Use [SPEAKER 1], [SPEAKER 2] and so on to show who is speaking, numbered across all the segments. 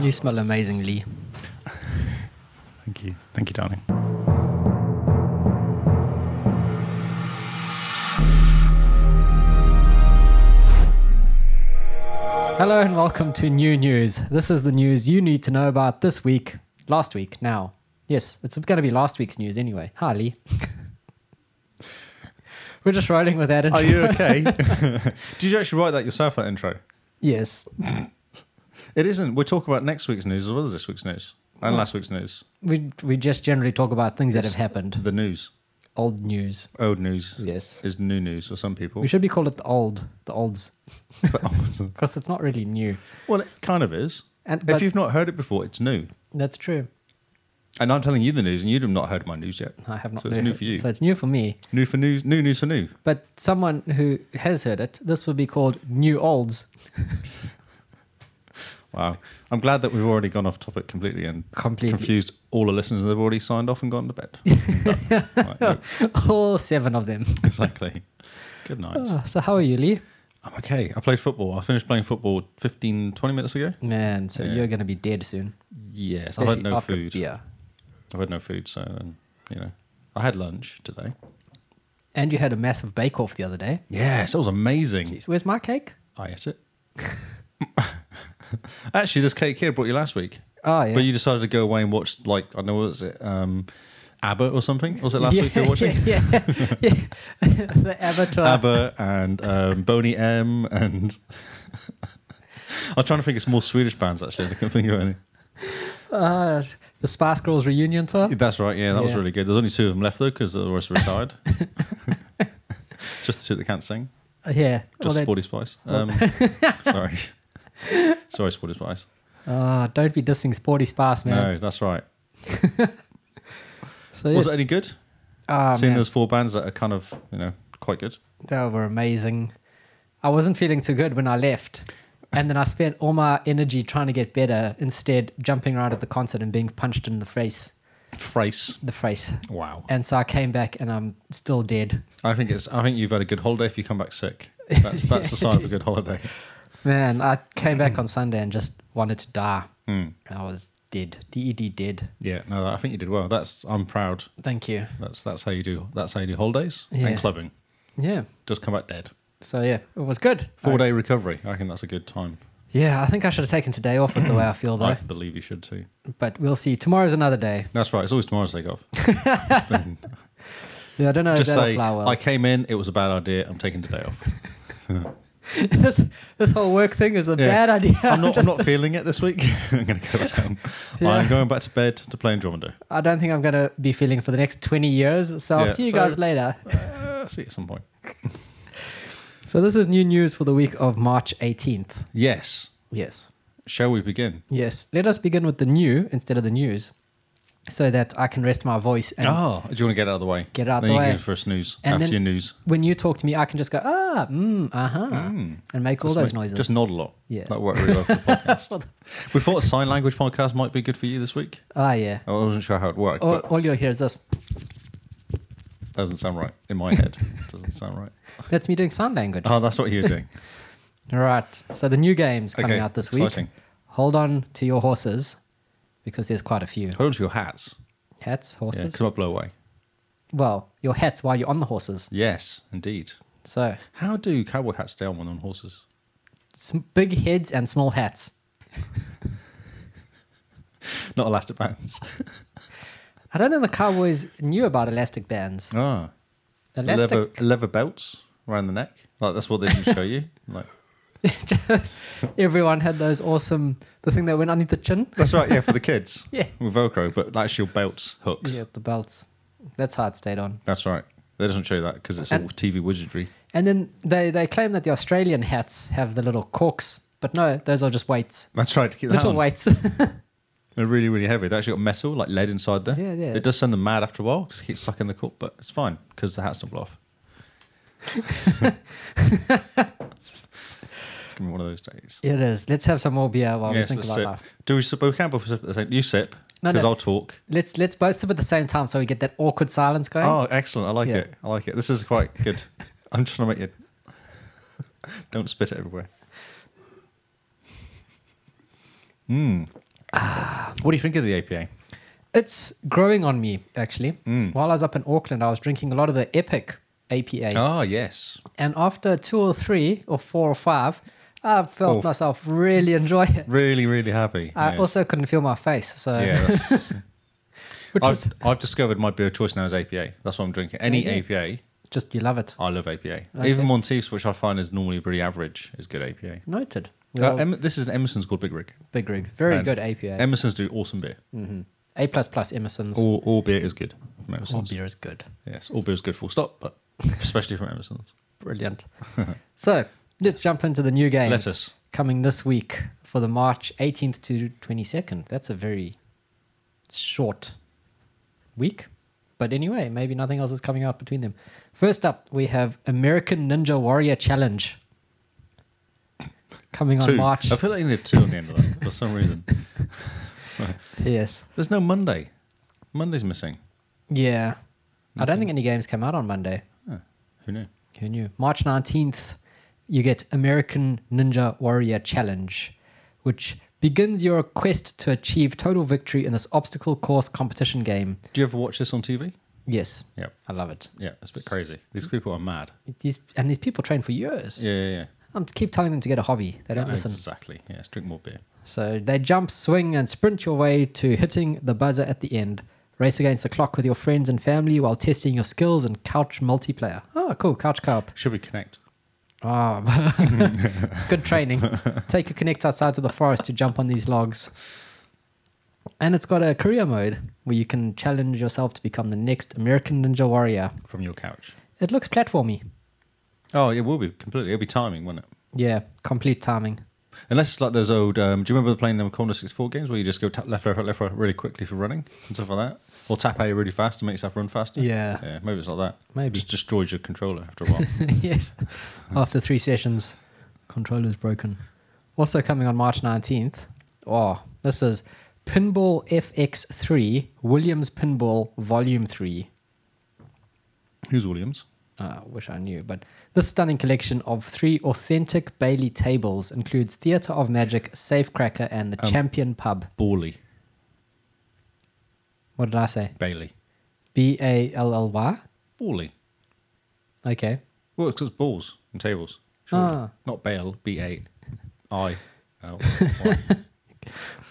[SPEAKER 1] You smell amazingly.
[SPEAKER 2] Thank you. Thank you, darling.
[SPEAKER 1] Hello and welcome to New News. This is the news you need to know about this week, last week, now. Yes, it's going to be last week's news anyway. Hi, Lee. We're just rolling with that.
[SPEAKER 2] Are
[SPEAKER 1] intro.
[SPEAKER 2] you okay? Did you actually write that yourself, that intro?
[SPEAKER 1] Yes.
[SPEAKER 2] It isn't. We're talking about next week's news as well as this week's news and last week's news.
[SPEAKER 1] We, we just generally talk about things that have happened.
[SPEAKER 2] The news.
[SPEAKER 1] Old news.
[SPEAKER 2] Old news
[SPEAKER 1] Yes.
[SPEAKER 2] is new news for some people.
[SPEAKER 1] We should be called it the old, the olds, because it's not really new.
[SPEAKER 2] well, it kind of is.
[SPEAKER 1] And
[SPEAKER 2] if
[SPEAKER 1] but
[SPEAKER 2] you've not heard it before, it's new.
[SPEAKER 1] that's true.
[SPEAKER 2] And I'm telling you the news, and you've not heard my news yet.
[SPEAKER 1] I have not.
[SPEAKER 2] So it's
[SPEAKER 1] heard
[SPEAKER 2] new
[SPEAKER 1] it.
[SPEAKER 2] for you.
[SPEAKER 1] So it's new for me.
[SPEAKER 2] New for news, new news for new.
[SPEAKER 1] But someone who has heard it, this would be called new olds.
[SPEAKER 2] Wow. I'm glad that we've already gone off topic completely and
[SPEAKER 1] Completely.
[SPEAKER 2] confused all the listeners. They've already signed off and gone to bed. Done. Right, no,
[SPEAKER 1] All seven of them.
[SPEAKER 2] exactly. Good night.
[SPEAKER 1] Oh, so how are you, Lee?
[SPEAKER 2] I'm okay. I played football. I finished playing football 15, 20 minutes ago.
[SPEAKER 1] Man, so
[SPEAKER 2] Yeah.
[SPEAKER 1] you're going to be dead soon.
[SPEAKER 2] Yes. I've had
[SPEAKER 1] especially
[SPEAKER 2] no
[SPEAKER 1] after
[SPEAKER 2] food.
[SPEAKER 1] beer.
[SPEAKER 2] I've had no food, so, um, you know, I had lunch today.
[SPEAKER 1] And you had a massive bake-off the other day.
[SPEAKER 2] Yes, that was amazing.
[SPEAKER 1] Jeez, where's my cake?
[SPEAKER 2] I ate it. Actually, this cake here I brought you last week.
[SPEAKER 1] Oh, yeah.
[SPEAKER 2] But you decided to go away and watch, like, I know, what was it? Um, ABBA or something? Was it last week you were watching?
[SPEAKER 1] Yeah, yeah, yeah. the Avatar.
[SPEAKER 2] ABBA and um, Boney M and I'm trying to think of some more Swedish bands actually. I can't think of any.
[SPEAKER 1] Uh, the Spice Girls reunion tour.
[SPEAKER 2] That's right. Yeah, that was
[SPEAKER 1] Yeah.
[SPEAKER 2] really good. There's only two of them left though because the rest are retired. Just the two that can't sing.
[SPEAKER 1] Uh, yeah. Well,
[SPEAKER 2] Just
[SPEAKER 1] they-
[SPEAKER 2] Sporty Spice. Um, sorry, sorry, Sporty Spice.
[SPEAKER 1] Ah, don't be dissing Sporty Spice, man.
[SPEAKER 2] No, that's right.
[SPEAKER 1] So
[SPEAKER 2] Was it
[SPEAKER 1] yes.
[SPEAKER 2] any good?
[SPEAKER 1] Ah,
[SPEAKER 2] Seeing
[SPEAKER 1] man,
[SPEAKER 2] those four bands that are kind of you know quite good.
[SPEAKER 1] They were amazing. I wasn't feeling too good when I left. And then I spent all my energy trying to get better, instead jumping around at the concert and being punched in the face.
[SPEAKER 2] Thrace.
[SPEAKER 1] The face.
[SPEAKER 2] Wow.
[SPEAKER 1] And so I came back and I'm still dead.
[SPEAKER 2] I think it's. I think you've had a good holiday if you come back sick. That's that's the sign of a good holiday.
[SPEAKER 1] Man, I came back on Sunday and just wanted to die.
[SPEAKER 2] Hmm.
[SPEAKER 1] I was dead. DED dead.
[SPEAKER 2] Yeah. No, I think you did well. That's. I'm proud.
[SPEAKER 1] Thank you.
[SPEAKER 2] That's that's how you do. That's how you do holidays
[SPEAKER 1] Yeah.
[SPEAKER 2] and clubbing.
[SPEAKER 1] Yeah.
[SPEAKER 2] Just come back dead.
[SPEAKER 1] So yeah, it was good.
[SPEAKER 2] Four
[SPEAKER 1] I-
[SPEAKER 2] day recovery. I think that's a good time.
[SPEAKER 1] Yeah, I think I should have taken today off with the way I feel though.
[SPEAKER 2] I believe you should too.
[SPEAKER 1] But we'll see. Tomorrow's another day.
[SPEAKER 2] That's right. It's always tomorrow's take off.
[SPEAKER 1] Yeah, I don't know if
[SPEAKER 2] Just
[SPEAKER 1] that'll
[SPEAKER 2] say
[SPEAKER 1] fly well.
[SPEAKER 2] I came in. It was a bad idea. I'm taking today off.
[SPEAKER 1] this this whole work thing is a
[SPEAKER 2] Yeah.
[SPEAKER 1] bad idea.
[SPEAKER 2] I'm not. I'm
[SPEAKER 1] Just-
[SPEAKER 2] not feeling it this week. I'm going to go back home. I'm
[SPEAKER 1] Yeah.
[SPEAKER 2] going back to bed to play Andromeda.
[SPEAKER 1] I don't think I'm gonna be feeling for the next twenty years. So I'll
[SPEAKER 2] Yeah,
[SPEAKER 1] see you
[SPEAKER 2] so-
[SPEAKER 1] guys later.
[SPEAKER 2] Uh, see you at some point.
[SPEAKER 1] So this is new news for the week of March eighteenth.
[SPEAKER 2] Yes.
[SPEAKER 1] Yes.
[SPEAKER 2] Shall we begin?
[SPEAKER 1] Yes. Let us begin with the new instead of the news. So that I can rest my voice and
[SPEAKER 2] oh, do you want to get out of the way?
[SPEAKER 1] Get out
[SPEAKER 2] then
[SPEAKER 1] the
[SPEAKER 2] you
[SPEAKER 1] way.
[SPEAKER 2] Can go for a snooze
[SPEAKER 1] And
[SPEAKER 2] after
[SPEAKER 1] then-
[SPEAKER 2] your news.
[SPEAKER 1] when you talk to me, I can just go, ah, mm, uh huh, and make all
[SPEAKER 2] Just
[SPEAKER 1] those
[SPEAKER 2] make-
[SPEAKER 1] noises.
[SPEAKER 2] Just nod a lot.
[SPEAKER 1] Yeah.
[SPEAKER 2] That worked really well for the podcast. we thought a sign language podcast might be good for you this week.
[SPEAKER 1] ah, yeah.
[SPEAKER 2] I wasn't sure how it worked,
[SPEAKER 1] All,
[SPEAKER 2] but
[SPEAKER 1] all you'll hear is this.
[SPEAKER 2] doesn't sound right in my head. doesn't sound right.
[SPEAKER 1] That's me doing sign language.
[SPEAKER 2] Oh, that's what you're doing.
[SPEAKER 1] Right. So the new games coming
[SPEAKER 2] Uh-huh. Okay,
[SPEAKER 1] out this week.
[SPEAKER 2] exciting.
[SPEAKER 1] Hold on to your horses because there's quite a few
[SPEAKER 2] Hold on to your hats.
[SPEAKER 1] hats,
[SPEAKER 2] Yeah,
[SPEAKER 1] horses.
[SPEAKER 2] come up, blow away.
[SPEAKER 1] well, your hats while you're on the horses.
[SPEAKER 2] Yes, indeed.
[SPEAKER 1] So
[SPEAKER 2] How do cowboy hats stay on when on horses?
[SPEAKER 1] s- big heads and small hats.
[SPEAKER 2] Not elastic bands.
[SPEAKER 1] I don't think the Cowboys knew about elastic bands.
[SPEAKER 2] Ah,
[SPEAKER 1] Elastic.
[SPEAKER 2] leather leather belts around the neck. Like that's what they didn't show you. Like
[SPEAKER 1] Just- everyone had those awesome, the thing that went underneath the chin.
[SPEAKER 2] that's right. Yeah, for the kids.
[SPEAKER 1] Yeah.
[SPEAKER 2] with Velcro, but that's your belts hooks.
[SPEAKER 1] Yeah, the belts. That's how it stayed on.
[SPEAKER 2] That's right. They doesn't show that because it's all
[SPEAKER 1] And-
[SPEAKER 2] TV wizardry.
[SPEAKER 1] And then they, they claim that the Australian hats have the little corks, but no, those are just weights.
[SPEAKER 2] That's right. To keep that
[SPEAKER 1] Little
[SPEAKER 2] on.
[SPEAKER 1] weights.
[SPEAKER 2] They're really, really heavy. They actually got metal, like lead inside there.
[SPEAKER 1] Yeah, yeah.
[SPEAKER 2] It does send them mad after a while because it keeps sucking the cork, but it's fine because the hats don't blow off. it's gonna be one of those days.
[SPEAKER 1] it is. Let's have some more beer while we think
[SPEAKER 2] let's
[SPEAKER 1] about
[SPEAKER 2] sip.
[SPEAKER 1] life.
[SPEAKER 2] Do we sip? Oh, We can't both sip at the same. You sip
[SPEAKER 1] No,
[SPEAKER 2] because
[SPEAKER 1] no.
[SPEAKER 2] I'll talk.
[SPEAKER 1] Let's let's both sip at the same time so we get that awkward silence going.
[SPEAKER 2] Oh, excellent! I like
[SPEAKER 1] Yeah.
[SPEAKER 2] it. I like it. This is quite good. I'm trying to make you don't spit it everywhere. Hmm.
[SPEAKER 1] Ah.
[SPEAKER 2] What do you think of the APA?
[SPEAKER 1] It's growing on me, actually.
[SPEAKER 2] Mm.
[SPEAKER 1] While I was up in Auckland, I was drinking a lot of the Epic APA.
[SPEAKER 2] Ah, yes.
[SPEAKER 1] And after two or three or four or five, I felt
[SPEAKER 2] Oh.
[SPEAKER 1] myself really enjoy it.
[SPEAKER 2] Really, really happy.
[SPEAKER 1] I
[SPEAKER 2] yeah.
[SPEAKER 1] also couldn't feel my face, so
[SPEAKER 2] Yeah, that's-
[SPEAKER 1] which
[SPEAKER 2] I've,
[SPEAKER 1] is
[SPEAKER 2] I've discovered my beer choice now is APA. That's what I'm drinking. Any
[SPEAKER 1] Yeah,
[SPEAKER 2] APA,
[SPEAKER 1] just you love it.
[SPEAKER 2] I love APA.
[SPEAKER 1] Okay.
[SPEAKER 2] Even Monteith's, which I find is normally pretty average, is good APA.
[SPEAKER 1] Noted.
[SPEAKER 2] Uh,
[SPEAKER 1] Well,
[SPEAKER 2] Em- this is Emerson's called Big Rig.
[SPEAKER 1] Big rig, very
[SPEAKER 2] and
[SPEAKER 1] good APA.
[SPEAKER 2] Emerson's do awesome beer.
[SPEAKER 1] A plus plus Emerson's. All,
[SPEAKER 2] All, all beer is good from Emerson's.
[SPEAKER 1] beer is good.
[SPEAKER 2] Yes, all beer is good, full stop, but especially from Emerson's.
[SPEAKER 1] Brilliant. so let's jump into the new games
[SPEAKER 2] Let us.
[SPEAKER 1] coming this week for the March 18th to 22nd. That's a very short week. But anyway, maybe nothing else is coming out between them. First up, we have American Ninja Warrior Challenge coming on
[SPEAKER 2] Two.
[SPEAKER 1] March.
[SPEAKER 2] I feel like you need two on the end of that for some reason. Sorry.
[SPEAKER 1] Yes.
[SPEAKER 2] There's no Monday. Monday's missing.
[SPEAKER 1] Yeah. I don't think any games come out on Monday.
[SPEAKER 2] Oh, who knew?
[SPEAKER 1] Who knew? March 19th, you get American Ninja Warrior Challenge, which begins your quest to achieve total victory in this obstacle course competition game.
[SPEAKER 2] Do you ever watch this on TV?
[SPEAKER 1] Yes,
[SPEAKER 2] Yeah.
[SPEAKER 1] I love it.
[SPEAKER 2] Yeah, it's a bit crazy. These people are mad.
[SPEAKER 1] These, and these people train for years.
[SPEAKER 2] Yeah, yeah, yeah.
[SPEAKER 1] I'm keep telling them to get a hobby. They don't listen.
[SPEAKER 2] Exactly. Yes, drink more beer.
[SPEAKER 1] So they jump, swing, and sprint your way to hitting the buzzer at the end. Race against the clock with your friends and family while testing your skills in couch multiplayer. Oh, cool. Couch co op.
[SPEAKER 2] Should we connect?
[SPEAKER 1] Ah, good training. Take your connect outside to the forest to jump on these logs. And it's got a career mode where you can challenge yourself to become the next American Ninja Warrior.
[SPEAKER 2] from your couch.
[SPEAKER 1] It looks platformy.
[SPEAKER 2] Oh, it will be completely. It'll be timing, won't it?
[SPEAKER 1] Yeah, complete timing.
[SPEAKER 2] Unless it's like those old. Um, do you remember playing them Commodore 64 games where you just go tap left, left, right, left, right really quickly for running and stuff like that? Or tap A really fast to make yourself run faster?
[SPEAKER 1] Yeah.
[SPEAKER 2] Yeah, maybe it's like that.
[SPEAKER 1] Maybe.
[SPEAKER 2] Just destroys your controller after a while.
[SPEAKER 1] yes. After three sessions, controller's broken. Also coming on March 19th. Oh, this is Pinball FX3 Williams Pinball Volume 3.
[SPEAKER 2] Who's Williams?
[SPEAKER 1] uh, wish I knew, but this stunning collection of three authentic Bailey tables includes Theatre of Magic, Safecracker, and the
[SPEAKER 2] Um,
[SPEAKER 1] Champion Pub.
[SPEAKER 2] Borley.
[SPEAKER 1] What did I say?
[SPEAKER 2] Bailey.
[SPEAKER 1] B A L L Y?
[SPEAKER 2] Borley.
[SPEAKER 1] Okay.
[SPEAKER 2] Well, because it's balls and tables. surely.
[SPEAKER 1] Ah.
[SPEAKER 2] Not Bale, B A I Oh, L.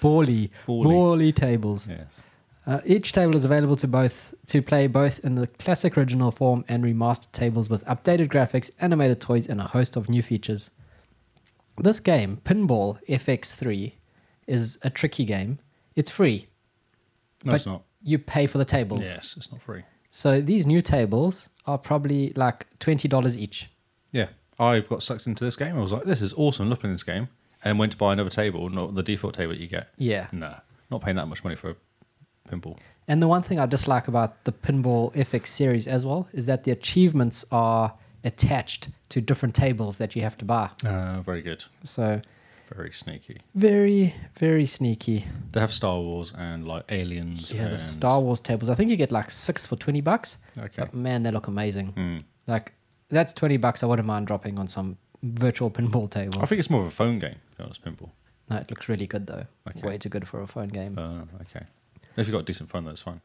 [SPEAKER 1] Bawley.
[SPEAKER 2] Bawley.
[SPEAKER 1] Bawley tables.
[SPEAKER 2] Yes.
[SPEAKER 1] Uh, each table is available to both to play both in the classic original form and remastered tables with updated graphics, animated toys, and a host of new features. This game, Pinball FX3, is a tricky game. It's free.
[SPEAKER 2] No,
[SPEAKER 1] But
[SPEAKER 2] it's not.
[SPEAKER 1] You pay for the tables.
[SPEAKER 2] Yes, it's not free.
[SPEAKER 1] So these new tables are probably like twenty dollars each.
[SPEAKER 2] Yeah, I got sucked into this game. I was like, this is awesome. Love playing this game. And went to buy another table, not the default table that you get.
[SPEAKER 1] Yeah.
[SPEAKER 2] Nah, not paying that much money for a pinball.
[SPEAKER 1] And the one thing I dislike about the Pinball FX series as well is that the achievements are attached to different tables that you have to buy.
[SPEAKER 2] Uh, very good.
[SPEAKER 1] So
[SPEAKER 2] Very sneaky.
[SPEAKER 1] very, very sneaky.
[SPEAKER 2] They have Star Wars and like aliens.
[SPEAKER 1] Yeah, the
[SPEAKER 2] and-
[SPEAKER 1] Star Wars tables. I think you get like six for twenty bucks.
[SPEAKER 2] Okay.
[SPEAKER 1] But man, they look amazing.
[SPEAKER 2] Hmm.
[SPEAKER 1] Like that's twenty bucks I wouldn't mind dropping on some virtual pinball tables.
[SPEAKER 2] I think it's more of a phone game, to be honest, pinball.
[SPEAKER 1] no, it looks really good though.
[SPEAKER 2] Okay.
[SPEAKER 1] Way too good for a phone game.
[SPEAKER 2] Uh, okay. If you've got decent fun, that's fine.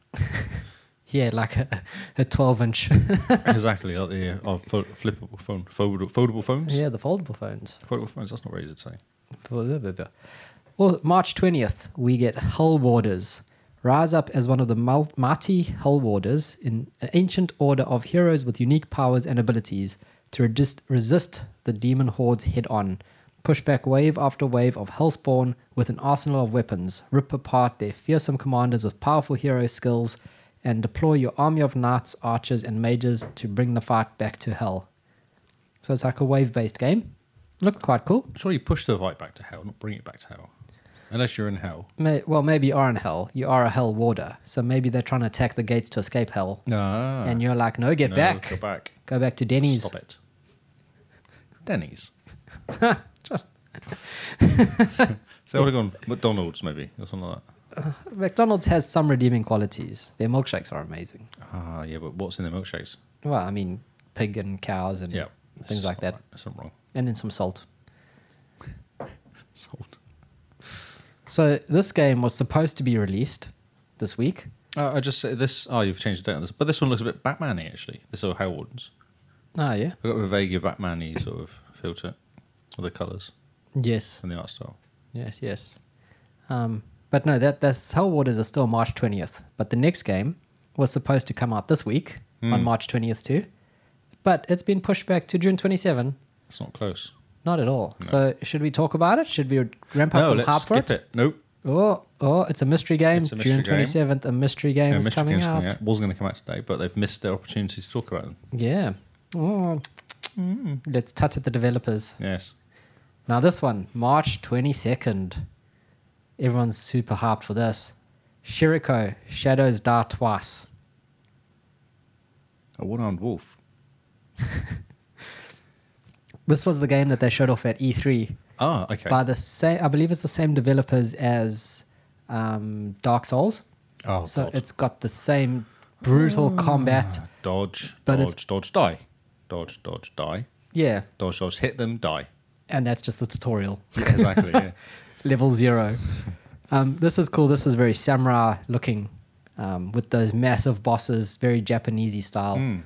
[SPEAKER 1] yeah, like a, a twelve inch
[SPEAKER 2] exactly. Like the uh, fo- flippable phone, foldable, foldable phones.
[SPEAKER 1] Yeah, the foldable phones.
[SPEAKER 2] Foldable phones, that's not very easy to say.
[SPEAKER 1] Well, March 20th, we get Hull Warders. Rise up as one of the mul- mighty Hull Warders in an ancient order of heroes with unique powers and abilities to resist, resist the demon hordes head on. Push back wave after wave of Hellspawn with an arsenal of weapons. Rip apart their fearsome commanders with powerful hero skills and deploy your army of knights, archers, and mages to bring the fight back to hell. So it's like a wave based game. Looked quite cool.
[SPEAKER 2] Surely you push the light back to hell, not bring it back to hell. Unless you're in hell.
[SPEAKER 1] May, well, maybe you are in hell. You are a hell warder. So maybe they're trying to attack the gates to escape hell.
[SPEAKER 2] Ah.
[SPEAKER 1] And you're like, no, get
[SPEAKER 2] No,
[SPEAKER 1] back.
[SPEAKER 2] Go back.
[SPEAKER 1] Go back to Denny's.
[SPEAKER 2] Stop it. Denny's.
[SPEAKER 1] Just
[SPEAKER 2] So I would have gone McDonald's maybe or something like that.
[SPEAKER 1] McDonald's has some redeeming qualities. Their milkshakes are amazing.
[SPEAKER 2] Ah, yeah, but what's in the milkshakes?
[SPEAKER 1] Well, I mean, pig and cows and
[SPEAKER 2] Yeah, it's
[SPEAKER 1] things
[SPEAKER 2] just
[SPEAKER 1] like that.
[SPEAKER 2] not right. It's not wrong.
[SPEAKER 1] And then some salt.
[SPEAKER 2] Salt.
[SPEAKER 1] So this game was supposed to be released this week.
[SPEAKER 2] Uh, I just say this. Oh, you've changed the date on this, but this one looks a bit Batman-y actually. This Ohio one's.
[SPEAKER 1] Oh yeah.
[SPEAKER 2] I got a vaguer Batman-y sort of feel to it, with the colours
[SPEAKER 1] Yes.
[SPEAKER 2] and the art style.
[SPEAKER 1] Yes. Yes. Um, but no, that that's Hell Waters is still March twentieth. But the next game was supposed to come out this week
[SPEAKER 2] Hmm.
[SPEAKER 1] on March twentieth too, but it's been pushed back to June twenty seven.
[SPEAKER 2] It's not close.
[SPEAKER 1] Not at all. So should we talk about it? Should we ramp up
[SPEAKER 2] no,
[SPEAKER 1] some
[SPEAKER 2] let's
[SPEAKER 1] hype for
[SPEAKER 2] skip it. Nope.
[SPEAKER 1] Oh, oh, it's a mystery game.
[SPEAKER 2] It's a mystery
[SPEAKER 1] June
[SPEAKER 2] game.
[SPEAKER 1] twenty seventh, a mystery game
[SPEAKER 2] Yeah,
[SPEAKER 1] is
[SPEAKER 2] Mystery
[SPEAKER 1] coming
[SPEAKER 2] Games
[SPEAKER 1] out.
[SPEAKER 2] coming out. Wasn't going to come out today, but they've missed their opportunity to talk about them.
[SPEAKER 1] Yeah. Oh.
[SPEAKER 2] Hmm.
[SPEAKER 1] Let's touch at the developers.
[SPEAKER 2] Yes.
[SPEAKER 1] Now this one, March twenty second. Everyone's super hyped for this. Shiriko Shadows Die Twice.
[SPEAKER 2] A one-armed wolf.
[SPEAKER 1] This was the game that they showed off at E3
[SPEAKER 2] Ah, okay.
[SPEAKER 1] by the same. I believe it's the same developers as um, Dark Souls. Ah.
[SPEAKER 2] oh,
[SPEAKER 1] so
[SPEAKER 2] God.
[SPEAKER 1] it's got the same brutal combat.
[SPEAKER 2] dodge,
[SPEAKER 1] But
[SPEAKER 2] dodge,
[SPEAKER 1] it's-
[SPEAKER 2] dodge, die, dodge, dodge, die,
[SPEAKER 1] Yeah,
[SPEAKER 2] dodge, dodge, hit them, die.
[SPEAKER 1] and that's just the tutorial.
[SPEAKER 2] Yeah, exactly. yeah.
[SPEAKER 1] level zero. Um, this is cool. This is very samurai looking, um, with those massive bosses, very Japanesey style.
[SPEAKER 2] Hmm.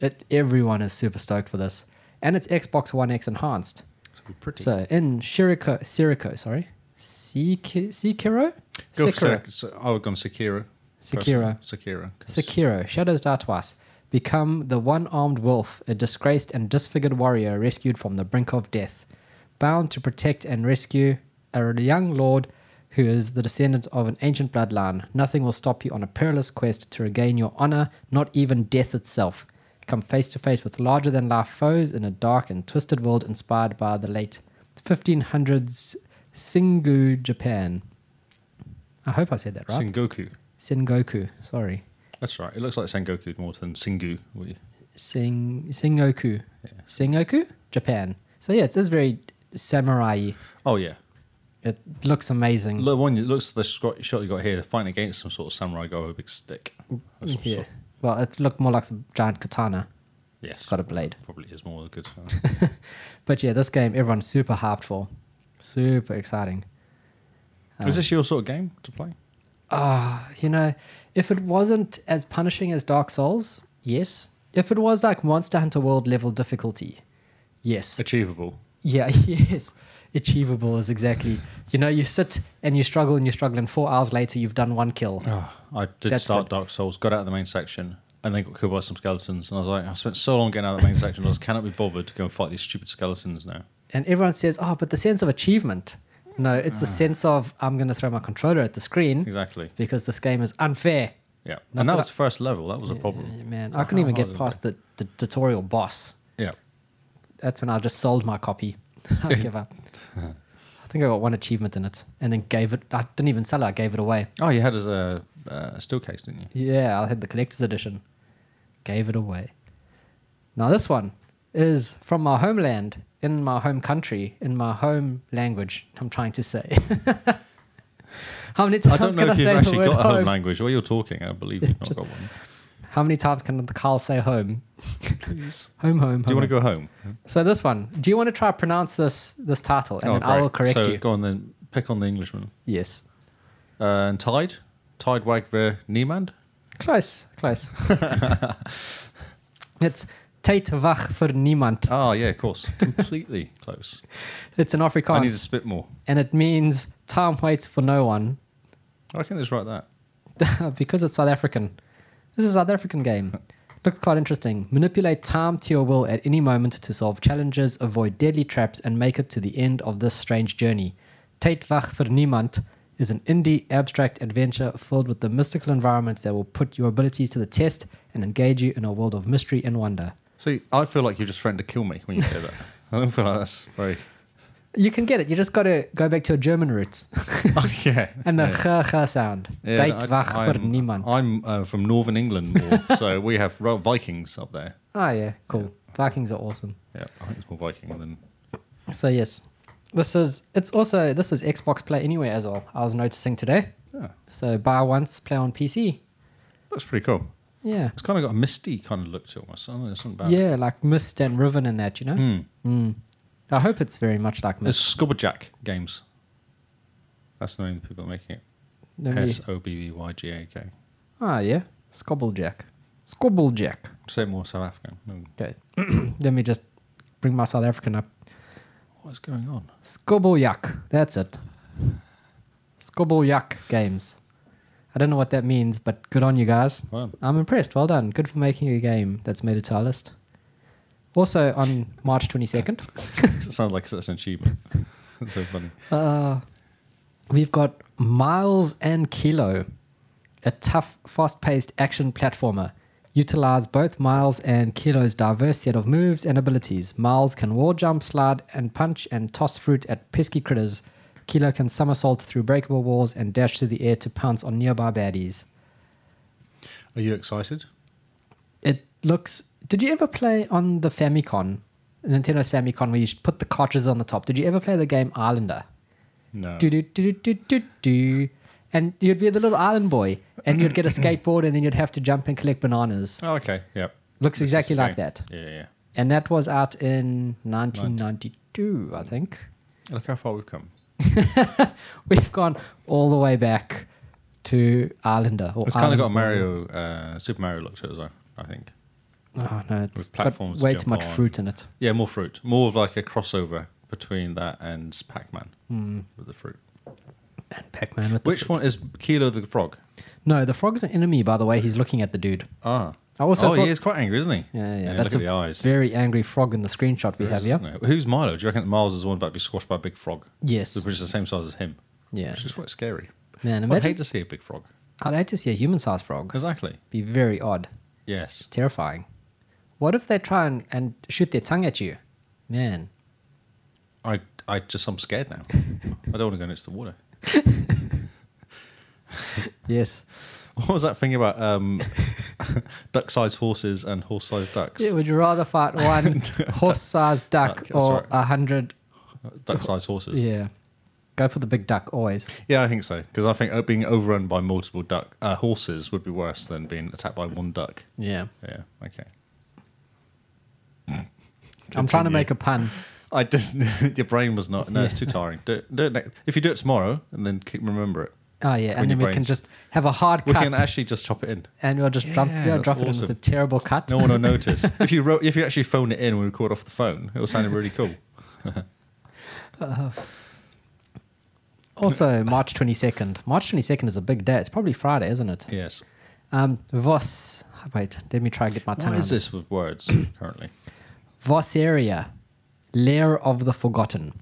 [SPEAKER 1] It, everyone is super stoked for this, and it's Xbox One X enhanced.
[SPEAKER 2] It's gonna be pretty.
[SPEAKER 1] So in Shiriko, Siriko, sorry, Siki- Sekiro,
[SPEAKER 2] Go for
[SPEAKER 1] Sekiro,
[SPEAKER 2] Sek- Se- I would go on Sekiro.
[SPEAKER 1] Sekiro.
[SPEAKER 2] Sekiro. 'cause-
[SPEAKER 1] Sekiro, Shadows Die Twice. Become the one armed wolf, a disgraced and disfigured warrior rescued from the brink of death, bound to protect and rescue a young lord who is the descendant of an ancient bloodline. Nothing will stop you on a perilous quest to regain your honor, not even death itself. Come face to face with larger than life foes in a dark and twisted world inspired by the late 1500s Singu, Japan. I hope I said that right.
[SPEAKER 2] Sengoku.
[SPEAKER 1] Sengoku, sorry.
[SPEAKER 2] That's right. It looks like Sengoku more than Singu. We-
[SPEAKER 1] Sing Singoku. Singoku, Japan. So yeah, it is very samurai.
[SPEAKER 2] Oh yeah.
[SPEAKER 1] It looks amazing.
[SPEAKER 2] The one it looks the scro- shot you got here fighting against some sort of samurai guy with a big stick. That's what-
[SPEAKER 1] yeah. Well, it looked more like the giant katana.
[SPEAKER 2] Yes.
[SPEAKER 1] It's got a blade.
[SPEAKER 2] Probably is more good.
[SPEAKER 1] But yeah, this game everyone's super hyped for. Super exciting.
[SPEAKER 2] is this your sort of game to play?
[SPEAKER 1] Ah, you know, if it wasn't as punishing as Dark Souls, yes. If it was like Monster Hunter World level difficulty, yes.
[SPEAKER 2] Achievable.
[SPEAKER 1] Yeah, yes. Achievable is exactly. You know, you sit and you struggle and you struggle, and four hours later, you've done one kill.
[SPEAKER 2] Oh, I did
[SPEAKER 1] Ah. That's
[SPEAKER 2] start
[SPEAKER 1] good.
[SPEAKER 2] Dark Souls, got out of the main section, and then got killed by some skeletons. And I was like, I spent so long getting out of the main section, I just cannot be bothered to go and fight these stupid skeletons now.
[SPEAKER 1] And everyone says, oh, but the sense of achievement. No, it's the sense of, I'm going to throw my controller at the screen
[SPEAKER 2] Mm. Exactly.
[SPEAKER 1] because this game is unfair.
[SPEAKER 2] Yeah.
[SPEAKER 1] No,
[SPEAKER 2] and that
[SPEAKER 1] but
[SPEAKER 2] was the first level. That was a problem.
[SPEAKER 1] Yeah, man, I couldn't even
[SPEAKER 2] hard
[SPEAKER 1] get
[SPEAKER 2] is
[SPEAKER 1] past the, the tutorial boss.
[SPEAKER 2] Yeah.
[SPEAKER 1] That's when I just sold my copy. I give up. I think I got one achievement in it and then gave it, I didn't even sell it, I gave it away.
[SPEAKER 2] Oh, you had as a uh, steel case, didn't you?
[SPEAKER 1] Yeah, I had the collector's edition. Gave it away. Now this one is from my homeland, in my home country, in my home language. I'm trying to say. How many
[SPEAKER 2] I
[SPEAKER 1] times
[SPEAKER 2] don't know
[SPEAKER 1] can I
[SPEAKER 2] if you've
[SPEAKER 1] say the
[SPEAKER 2] actually
[SPEAKER 1] word
[SPEAKER 2] got a home
[SPEAKER 1] home?
[SPEAKER 2] language or you're talking. I believe you've not got one.
[SPEAKER 1] How many times can the Carl say home? home, home.
[SPEAKER 2] Do you want to go home?
[SPEAKER 1] So this one. Do you want to try to pronounce this this title, and
[SPEAKER 2] Oh,
[SPEAKER 1] then I will
[SPEAKER 2] great.
[SPEAKER 1] correct
[SPEAKER 2] so
[SPEAKER 1] you?
[SPEAKER 2] go on then. Pick on the Englishman.
[SPEAKER 1] Yes.
[SPEAKER 2] Uh, and Tide? Tide Wagver Niemand?
[SPEAKER 1] Close, close. it's Tate Wach voor Niemand.
[SPEAKER 2] Oh, yeah, of course. Completely close.
[SPEAKER 1] It's an
[SPEAKER 2] I need
[SPEAKER 1] Afrikaans.
[SPEAKER 2] to spit more.
[SPEAKER 1] and it means time waits for no one
[SPEAKER 2] I can just write that.
[SPEAKER 1] because it's South African. This is a South African game. Looks quite interesting. Manipulate time to your will at any moment to solve challenges, avoid deadly traps, and make it to the end of this strange journey. Tate Wach vir Niemand is an indie abstract adventure filled with the mystical environments that will put your abilities to the test and engage you in a world of mystery and wonder.
[SPEAKER 2] See, I feel like you just threatened to kill me when you say that. I don't feel like that's very.
[SPEAKER 1] You can get it. You just got to go back to your German roots
[SPEAKER 2] Oh, yeah.
[SPEAKER 1] and the
[SPEAKER 2] yeah.
[SPEAKER 1] yeah. sound.
[SPEAKER 2] Yeah,
[SPEAKER 1] Tate
[SPEAKER 2] I-
[SPEAKER 1] Wach vir
[SPEAKER 2] I'm-
[SPEAKER 1] Niemand.
[SPEAKER 2] I'm uh, from northern England, more, so we have ro- Vikings up there.
[SPEAKER 1] Oh yeah, cool. Vikings are awesome.
[SPEAKER 2] Yeah, I think it's more Viking than.
[SPEAKER 1] So yes, this is it's also this is Xbox Play Anywhere as well. I was noticing today.
[SPEAKER 2] Yeah,
[SPEAKER 1] So buy once, play on PC.
[SPEAKER 2] looks pretty cool.
[SPEAKER 1] Yeah,
[SPEAKER 2] It's kind of got a misty kind of look to it. almost. I don't know, It's not bad.
[SPEAKER 1] yeah, like Mist and Riven and that, you know.
[SPEAKER 2] Hmm.
[SPEAKER 1] Mm. I hope it's very much like Mist.
[SPEAKER 2] It's Scubberjack games. That's the name of the people making it.
[SPEAKER 1] Nobody-
[SPEAKER 2] S O B B Y G A K.
[SPEAKER 1] Ah, yeah. Scobblejack. Scobblejack.
[SPEAKER 2] Say more South African. Hmm,
[SPEAKER 1] Okay. Let me just bring my South African up.
[SPEAKER 2] What's going on?
[SPEAKER 1] Skoboljak. That's it. Skoboljak games. I don't know what that means, but good on you guys.
[SPEAKER 2] Well,
[SPEAKER 1] I'm impressed. Well done. Good for making a game that's made it to our list. Also on March 22nd,
[SPEAKER 2] sounds like such an achievement. That's so funny.
[SPEAKER 1] uh, we've got Miles and Kilo, a tough, fast-paced action platformer. Utilize both Miles and Kilo's diverse set of moves and abilities. Miles can wall jump, slide, and punch and toss fruit at pesky critters. Kilo can somersault through breakable walls and dash through the air to pounce on nearby baddies.
[SPEAKER 2] Are you excited?
[SPEAKER 1] It looks. Did you ever play on the Famicom, Nintendo's Famicom, where you should put the cartridges on the top? Did you ever play the game Islander?
[SPEAKER 2] No.
[SPEAKER 1] Do do do do do do do, and you'd be the little island boy, and you'd get a skateboard, and then you'd have to jump and collect bananas.
[SPEAKER 2] Oh, okay. Yep.
[SPEAKER 1] Looks
[SPEAKER 2] This is
[SPEAKER 1] exactly
[SPEAKER 2] the
[SPEAKER 1] like
[SPEAKER 2] game.
[SPEAKER 1] that,
[SPEAKER 2] Yeah, yeah, yeah.
[SPEAKER 1] and that was out in 1992, I think.
[SPEAKER 2] Look how far we've come.
[SPEAKER 1] We've gone all the way back to Islander. Or
[SPEAKER 2] It's kind
[SPEAKER 1] Island
[SPEAKER 2] of got
[SPEAKER 1] Boy.
[SPEAKER 2] Mario, uh, Super Mario look to it as well, I think.
[SPEAKER 1] Oh no, it's
[SPEAKER 2] with
[SPEAKER 1] got
[SPEAKER 2] platforms to
[SPEAKER 1] way
[SPEAKER 2] jump
[SPEAKER 1] too much
[SPEAKER 2] on.
[SPEAKER 1] fruit in it.
[SPEAKER 2] Yeah, more fruit. More of like a crossover between that and Pac Man with the fruit.
[SPEAKER 1] And Pac-Man with the
[SPEAKER 2] Which
[SPEAKER 1] fruit.
[SPEAKER 2] one is Kilo the Frog?
[SPEAKER 1] No, the frog's an enemy. By the way, he's looking at the dude.
[SPEAKER 2] Ah.
[SPEAKER 1] I also
[SPEAKER 2] oh,
[SPEAKER 1] thought-
[SPEAKER 2] he is quite angry, isn't he?
[SPEAKER 1] Yeah, yeah,
[SPEAKER 2] look
[SPEAKER 1] that's
[SPEAKER 2] at
[SPEAKER 1] a
[SPEAKER 2] the eyes.
[SPEAKER 1] Very angry frog in the screenshot we have here.
[SPEAKER 2] Isn't it? Who's Milo? Do you reckon that Miles is the one about to be squashed by a big frog?
[SPEAKER 1] Yes.
[SPEAKER 2] Which is the same size as him.
[SPEAKER 1] Yeah.
[SPEAKER 2] Which is quite scary.
[SPEAKER 1] Man,
[SPEAKER 2] I'd
[SPEAKER 1] imagine.
[SPEAKER 2] hate to see a big frog.
[SPEAKER 1] I'd hate to see a human-sized frog.
[SPEAKER 2] Exactly.
[SPEAKER 1] Be very odd,
[SPEAKER 2] Yes.
[SPEAKER 1] terrifying. What if they try and, and shoot their tongue at you? Man,
[SPEAKER 2] I, I just, I'm scared now. I don't want to go next to the water.
[SPEAKER 1] yes.
[SPEAKER 2] What was that thing about um, duck-sized horses and horse-sized ducks?
[SPEAKER 1] Yeah, would you rather fight one horse-sized duck,
[SPEAKER 2] duck, that's
[SPEAKER 1] or
[SPEAKER 2] right.
[SPEAKER 1] a hundred?
[SPEAKER 2] Uh, duck-sized horses.
[SPEAKER 1] Yeah, go for the big duck always.
[SPEAKER 2] Yeah, I think so. Because I think uh, being overrun by multiple duck uh, horses would be worse than being attacked by one duck.
[SPEAKER 1] Yeah,
[SPEAKER 2] Yeah. Okay.
[SPEAKER 1] I'm trying to
[SPEAKER 2] Continue.
[SPEAKER 1] make a pun.
[SPEAKER 2] I just your brain was not. No, it's too tiring. Do it, do it next, if you do it tomorrow and then keep, remember it.
[SPEAKER 1] Oh yeah,
[SPEAKER 2] When
[SPEAKER 1] and then we
[SPEAKER 2] your
[SPEAKER 1] can
[SPEAKER 2] brain's-
[SPEAKER 1] just have a hard
[SPEAKER 2] We
[SPEAKER 1] cut,
[SPEAKER 2] can actually just chop it in.
[SPEAKER 1] and we'll just drop,
[SPEAKER 2] Yeah,
[SPEAKER 1] yeah,
[SPEAKER 2] that's
[SPEAKER 1] drop it in
[SPEAKER 2] awesome.
[SPEAKER 1] with a terrible cut.
[SPEAKER 2] No one will notice. if you wrote, if you actually phone it in when we record off the phone, it will sound really cool.
[SPEAKER 1] Also, March 22nd. March 22nd is a big day. It's probably Friday, isn't it?
[SPEAKER 2] Yes.
[SPEAKER 1] Um, Vos. Wait, let me try and get my tongue
[SPEAKER 2] What
[SPEAKER 1] out.
[SPEAKER 2] is this with words currently?
[SPEAKER 1] Vosseria, Lair of the Forgotten.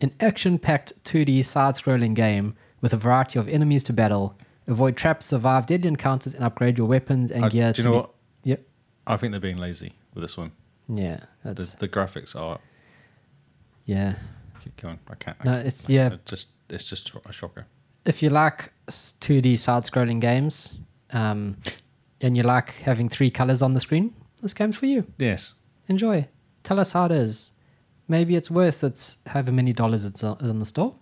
[SPEAKER 1] An action packed 2D side scrolling game with a variety of enemies to battle. Avoid traps, survive deadly encounters, and upgrade your weapons and
[SPEAKER 2] I-
[SPEAKER 1] gear
[SPEAKER 2] Uh, do you
[SPEAKER 1] to
[SPEAKER 2] know
[SPEAKER 1] be-
[SPEAKER 2] what?
[SPEAKER 1] Yep.
[SPEAKER 2] I think they're being lazy with this one.
[SPEAKER 1] Yeah.
[SPEAKER 2] The,
[SPEAKER 1] That's
[SPEAKER 2] the graphics are.
[SPEAKER 1] yeah.
[SPEAKER 2] Keep going. I can't. I
[SPEAKER 1] No,
[SPEAKER 2] can't-
[SPEAKER 1] it's- yeah.
[SPEAKER 2] It's just it's just a shocker.
[SPEAKER 1] If you like s- 2D side scrolling games, um, and you like having three colors on the screen, this game's for you.
[SPEAKER 2] Yes.
[SPEAKER 1] enjoy. Tell us how it is. Maybe it's worth it's however many dollars it's on- is in the store.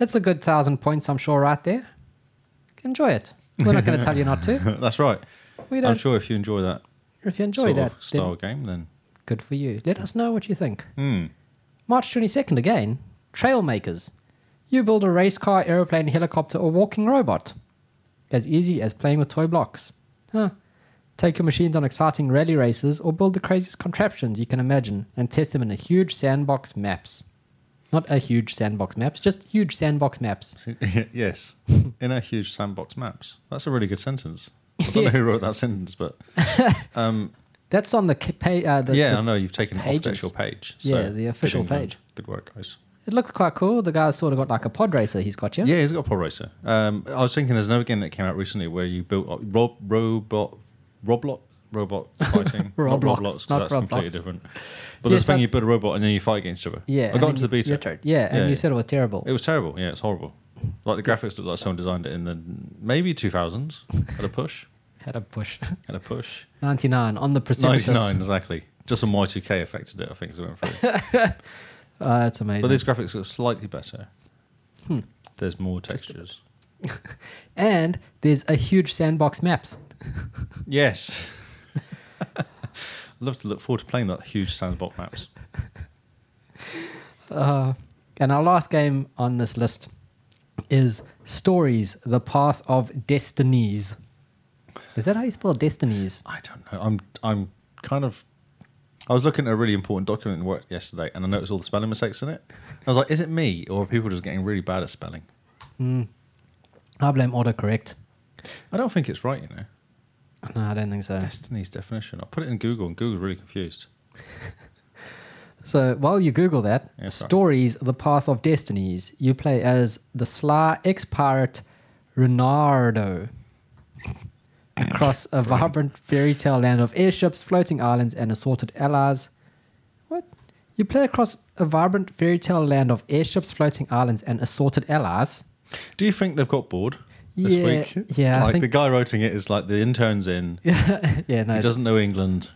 [SPEAKER 1] It's a good thousand points, I'm sure, right there. Enjoy it. We're not going to tell you not to.
[SPEAKER 2] That's right.
[SPEAKER 1] We
[SPEAKER 2] I'm
[SPEAKER 1] don't.
[SPEAKER 2] sure if you enjoy that
[SPEAKER 1] if you enjoy
[SPEAKER 2] sort
[SPEAKER 1] that,
[SPEAKER 2] of
[SPEAKER 1] then
[SPEAKER 2] style game, then
[SPEAKER 1] good for you. Let us know what you think.
[SPEAKER 2] hmm.
[SPEAKER 1] March 22nd again. Trailmakers. You build a race car, aeroplane, helicopter, or walking robot. As easy as playing with toy blocks. Huh. Take your machines on exciting rally races or build the craziest contraptions you can imagine and test them in a huge sandbox maps. Not a huge sandbox maps, just huge sandbox maps.
[SPEAKER 2] yes, in a huge sandbox maps. That's a really good sentence. I don't know who wrote that sentence, but
[SPEAKER 1] That's on the ca- pa- uh, the,
[SPEAKER 2] yeah,
[SPEAKER 1] the-
[SPEAKER 2] I know you've taken it off the
[SPEAKER 1] pages.
[SPEAKER 2] actual page.
[SPEAKER 1] Yeah, the
[SPEAKER 2] good
[SPEAKER 1] official
[SPEAKER 2] on you.
[SPEAKER 1] page.
[SPEAKER 2] Good work, guys.
[SPEAKER 1] it looks quite cool. The guy's sort of got like a pod racer he's got here.
[SPEAKER 2] Yeah, he's got Pro Racer. Um, I was thinking there's another game that came out recently where you built up Rob, robot, Roblox, robot fighting.
[SPEAKER 1] Roblox,
[SPEAKER 2] not Roblox, 'cause
[SPEAKER 1] not
[SPEAKER 2] that's completely
[SPEAKER 1] Roblox.
[SPEAKER 2] different. But
[SPEAKER 1] Yes,
[SPEAKER 2] this thing
[SPEAKER 1] that-
[SPEAKER 2] you build a robot and then you fight against each other.
[SPEAKER 1] Yeah,
[SPEAKER 2] I
[SPEAKER 1] and
[SPEAKER 2] got
[SPEAKER 1] then
[SPEAKER 2] into the
[SPEAKER 1] you-
[SPEAKER 2] beta.
[SPEAKER 1] you tried- Yeah, and
[SPEAKER 2] Yeah,
[SPEAKER 1] you
[SPEAKER 2] yeah.
[SPEAKER 1] said it was terrible.
[SPEAKER 2] It was terrible. Yeah, it's horrible. Like the graphics looked like someone designed it in the maybe 2000s at a push.
[SPEAKER 1] Had a push.
[SPEAKER 2] At a push.
[SPEAKER 1] 99 on the percentage.
[SPEAKER 2] 99, exactly. Just some Y2K affected it, I think, as it went through.
[SPEAKER 1] Uh, that's amazing.
[SPEAKER 2] but these graphics look slightly better. Hmm. There's more textures.
[SPEAKER 1] And there's a huge sandbox maps.
[SPEAKER 2] Yes. I'd love to look forward to playing that huge sandbox maps.
[SPEAKER 1] Uh, and our last game on this list is Stories, The Path of Destinies. Is that how you spell destinies?
[SPEAKER 2] I don't know. I'm I'm kind of. I was looking at a really important document in work yesterday, and I noticed all the spelling mistakes in it. I was like, "Is it me, or are people just getting really bad at spelling?"
[SPEAKER 1] I blame autocorrect.
[SPEAKER 2] I don't think it's right, you know.
[SPEAKER 1] No, I don't think so.
[SPEAKER 2] Destiny's definition. I put it in Google, and Google's really confused.
[SPEAKER 1] So while you Google that,
[SPEAKER 2] Yes, sir.
[SPEAKER 1] Stories, The Path of Destinies, you play as the sly ex pirate Renardo across a vibrant fairy tale land of airships, floating islands, and assorted allies. What? You play across a vibrant fairy tale land of airships, floating islands, and assorted allies.
[SPEAKER 2] Do you think they've got bored this
[SPEAKER 1] Yeah,
[SPEAKER 2] week?
[SPEAKER 1] yeah, I
[SPEAKER 2] Like the
[SPEAKER 1] think-
[SPEAKER 2] guy writing it is like the intern's in.
[SPEAKER 1] yeah, no.
[SPEAKER 2] He doesn't know England.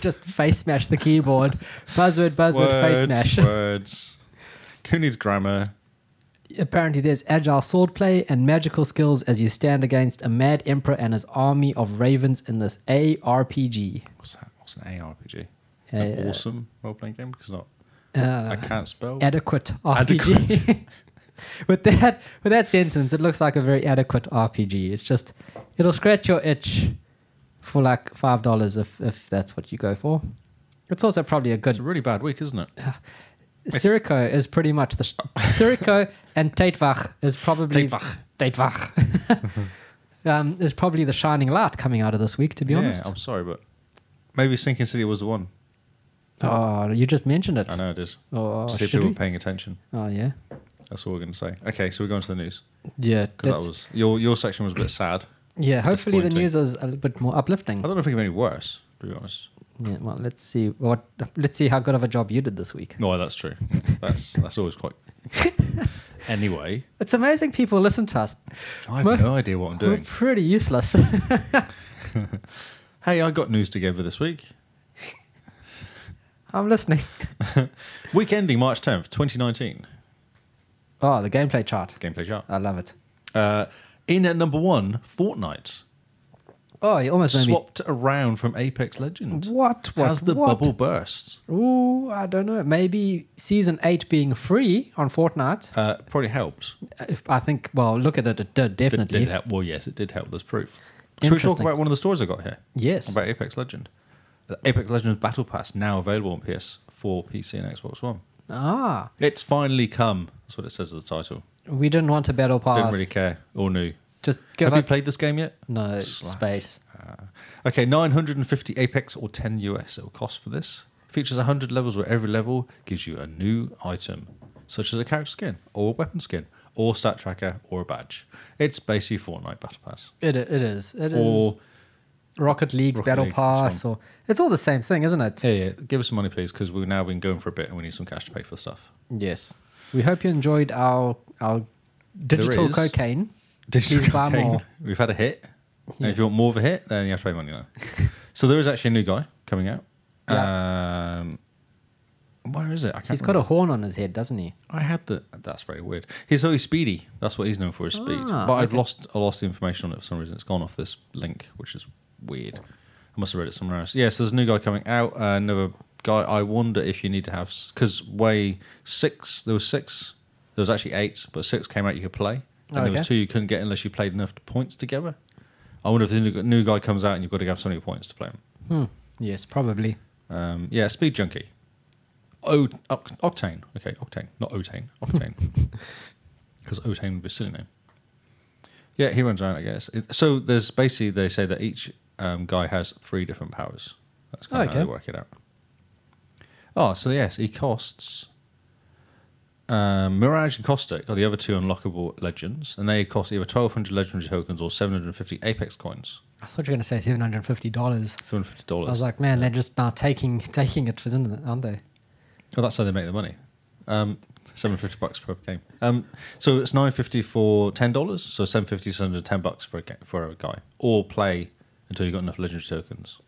[SPEAKER 1] just face smash the keyboard. buzzword, buzzword, face smash.
[SPEAKER 2] words. Who needs grammar?
[SPEAKER 1] Apparently, there's agile swordplay and magical skills as you stand against a mad emperor and his army of ravens in this ARPG.
[SPEAKER 2] What's that? What's an ARPG?
[SPEAKER 1] Uh,
[SPEAKER 2] an awesome role playing game because not. I can't spell.
[SPEAKER 1] Adequate RPG. with that, with that sentence, it looks like a very adequate RPG. It's just, it'll scratch your itch for like five dollars if if that's what you go for. It's also probably a
[SPEAKER 2] it's
[SPEAKER 1] good.
[SPEAKER 2] a really bad week, isn't it? it's-
[SPEAKER 1] Sirico is pretty much the sh- Sirico and Tatevach is probably
[SPEAKER 2] Tatevach.
[SPEAKER 1] Tatevach. um, is probably the shining light coming out of this week. To be
[SPEAKER 2] yeah,
[SPEAKER 1] honest,
[SPEAKER 2] I'm sorry, but maybe Sinking City was the one.
[SPEAKER 1] oh, you just mentioned it.
[SPEAKER 2] I know it is.
[SPEAKER 1] Oh,
[SPEAKER 2] See if
[SPEAKER 1] should
[SPEAKER 2] people
[SPEAKER 1] we?
[SPEAKER 2] are paying attention.
[SPEAKER 1] oh yeah,
[SPEAKER 2] That's all we're going to say. Okay, so we're going to the news
[SPEAKER 1] yeah.
[SPEAKER 2] because
[SPEAKER 1] that's-
[SPEAKER 2] that was your your section was a bit sad.
[SPEAKER 1] yeah. Hopefully the
[SPEAKER 2] disappointing.
[SPEAKER 1] news is a little bit more uplifting.
[SPEAKER 2] I don't know if it can be any worse. To be honest,
[SPEAKER 1] Yeah. Well, let's see what. Let's see how good of a job you did this week.
[SPEAKER 2] no, that's true. That's that's always quite. anyway,
[SPEAKER 1] It's amazing people listen to us.
[SPEAKER 2] I have
[SPEAKER 1] We're-
[SPEAKER 2] no idea what I'm
[SPEAKER 1] We're
[SPEAKER 2] doing.
[SPEAKER 1] pretty useless.
[SPEAKER 2] Hey, I got news together this week.
[SPEAKER 1] I'm listening.
[SPEAKER 2] Week ending March 10th, 2019.
[SPEAKER 1] Oh, the gameplay chart.
[SPEAKER 2] Gameplay chart.
[SPEAKER 1] I love it.
[SPEAKER 2] Uh, in at number one, Fortnite
[SPEAKER 1] Oh, you almost made me
[SPEAKER 2] swapped around from Apex Legends.
[SPEAKER 1] What? What?
[SPEAKER 2] Has the
[SPEAKER 1] what?
[SPEAKER 2] bubble burst?
[SPEAKER 1] Ooh, I don't know. Maybe season eight being free on Fortnite.
[SPEAKER 2] Uh, probably helped.
[SPEAKER 1] If- I think. Well, look at it. It did
[SPEAKER 2] Did,
[SPEAKER 1] definitely.
[SPEAKER 2] did help. Well, yes, it did help. There's proof. Should we talk
[SPEAKER 1] Interesting.
[SPEAKER 2] about one of the stories I got here?
[SPEAKER 1] Yes.
[SPEAKER 2] About Apex Legend. The Apex Legends Battle Pass now available on PS4, PC, and Xbox One.
[SPEAKER 1] Ah,
[SPEAKER 2] It's finally come. That's what it says in the title.
[SPEAKER 1] we didn't want a battle pass.
[SPEAKER 2] Didn't really care. All new.
[SPEAKER 1] Just give
[SPEAKER 2] Have you
[SPEAKER 1] us
[SPEAKER 2] played this game yet?
[SPEAKER 1] no
[SPEAKER 2] Slack.
[SPEAKER 1] space.
[SPEAKER 2] Okay, 950 Apex or 10 US it will cost for this. Features 100 levels where every level gives you a new item, such as a character skin, or a weapon skin, or stat tracker, or a badge. It's basically Fortnite Battle Pass.
[SPEAKER 1] It i- it is. It is.
[SPEAKER 2] Or,
[SPEAKER 1] Rocket League's
[SPEAKER 2] Rocket
[SPEAKER 1] battle
[SPEAKER 2] League, this
[SPEAKER 1] pass, or it's all the same thing, isn't it?
[SPEAKER 2] yeah, yeah, give us some money, please, because we've now been going for a bit and we need some cash to pay for stuff.
[SPEAKER 1] Yes. We hope you enjoyed our our digital
[SPEAKER 2] is.
[SPEAKER 1] cocaine. Please buy
[SPEAKER 2] cocaine.
[SPEAKER 1] more.
[SPEAKER 2] We've had a hit. And if you want more of a hit, then you have to pay money now. so there is actually a new guy coming out. Um, where is it? I can't
[SPEAKER 1] He's got a horn on his head, doesn't he?
[SPEAKER 2] I had the. That's very weird. He's always speedy. That's what he's known for his speed.
[SPEAKER 1] Ah,
[SPEAKER 2] but I've
[SPEAKER 1] okay.
[SPEAKER 2] lost. I lost the information on it for some reason. It's gone off this link, which is weird. I must have read it somewhere else. Yeah, so there's a new guy coming out. Uh, another guy. I wonder if you need to have because way six. There was six. There was actually eight, but six came out. You could play, and there
[SPEAKER 1] Okay.
[SPEAKER 2] was two you couldn't get unless you played enough points together. I wonder if the new, new guy comes out and you've got to have so many points to play him.
[SPEAKER 1] Hmm. Yes, probably.
[SPEAKER 2] Um, yeah, Speed Junkie. O- Oct- Octane. Okay, Octane, not Otane. Octane. Because Otane would be a silly name. Yeah, he runs around, I guess. It- so there's basically, they say that each um, guy has three different powers. That's kind of
[SPEAKER 1] Okay.
[SPEAKER 2] how they work it out. Oh, so yes, he costs. Um, Mirage and Caustic are the other two unlockable legends, and they cost either 1,200 legendary tokens or 750 Apex coins.
[SPEAKER 1] I thought you were going to say seven hundred and fifty dollars. I
[SPEAKER 2] $750.
[SPEAKER 1] was like, man, they're just now taking taking it for something, aren't they?
[SPEAKER 2] Oh, that's how they make their money. Um, seven fifty bucks per game. Um, so it's nine fifty for ten dollars. So seven fifty is under ten bucks for a ga- for a guy, or play until you have got enough legendary tokens.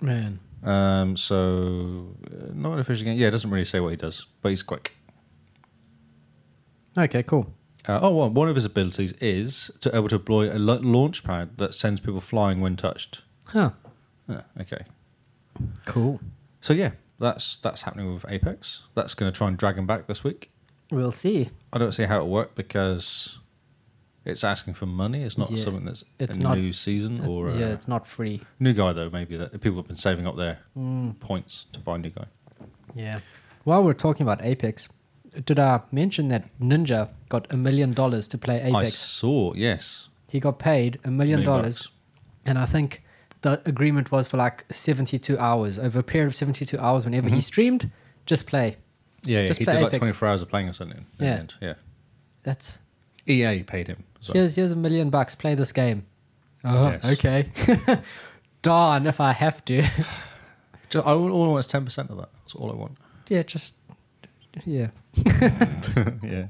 [SPEAKER 1] Man.
[SPEAKER 2] Um, so uh, not an official game. Yeah, it doesn't really say what he does, but he's quick.
[SPEAKER 1] Okay, cool.
[SPEAKER 2] Uh, oh, well, one of his abilities is to able to deploy a la- launch pad that sends people flying when touched.
[SPEAKER 1] Huh.
[SPEAKER 2] Yeah, okay.
[SPEAKER 1] Cool.
[SPEAKER 2] So yeah, that's that's happening with Apex. That's going to try and drag him back this week.
[SPEAKER 1] We'll see.
[SPEAKER 2] I don't see how it worked because it's asking for money. It's not
[SPEAKER 1] Yeah.
[SPEAKER 2] something that's
[SPEAKER 1] It's
[SPEAKER 2] a
[SPEAKER 1] not-
[SPEAKER 2] new season
[SPEAKER 1] It's-
[SPEAKER 2] or uh,
[SPEAKER 1] yeah,
[SPEAKER 2] a
[SPEAKER 1] it's not free.
[SPEAKER 2] new guy though. Maybe that people have been saving up their
[SPEAKER 1] Mm.
[SPEAKER 2] points to buy new guy.
[SPEAKER 1] Yeah. While we're talking about Apex, did I mention that Ninja got a million dollars to play
[SPEAKER 2] I
[SPEAKER 1] Apex?
[SPEAKER 2] saw. Yes,
[SPEAKER 1] He got paid a million
[SPEAKER 2] Million
[SPEAKER 1] dollars,
[SPEAKER 2] bucks.
[SPEAKER 1] and I think the agreement was for like 72 hours. Over a period of 72 hours, whenever he
[SPEAKER 2] Mm-hmm.
[SPEAKER 1] streamed, just play.
[SPEAKER 2] Yeah, yeah.
[SPEAKER 1] Just
[SPEAKER 2] he
[SPEAKER 1] play
[SPEAKER 2] did like
[SPEAKER 1] Apex.
[SPEAKER 2] 24 hours of playing or something. in the
[SPEAKER 1] Yeah.
[SPEAKER 2] end. yeah.
[SPEAKER 1] That's
[SPEAKER 2] EA paid him. So.
[SPEAKER 1] here's here's a million bucks. Play this game. Oh,
[SPEAKER 2] Yes.
[SPEAKER 1] okay. Darn, if I have to.
[SPEAKER 2] Ju- I all, all I want is 10% of that. That's all I want.
[SPEAKER 1] yeah, just yeah.
[SPEAKER 2] yeah.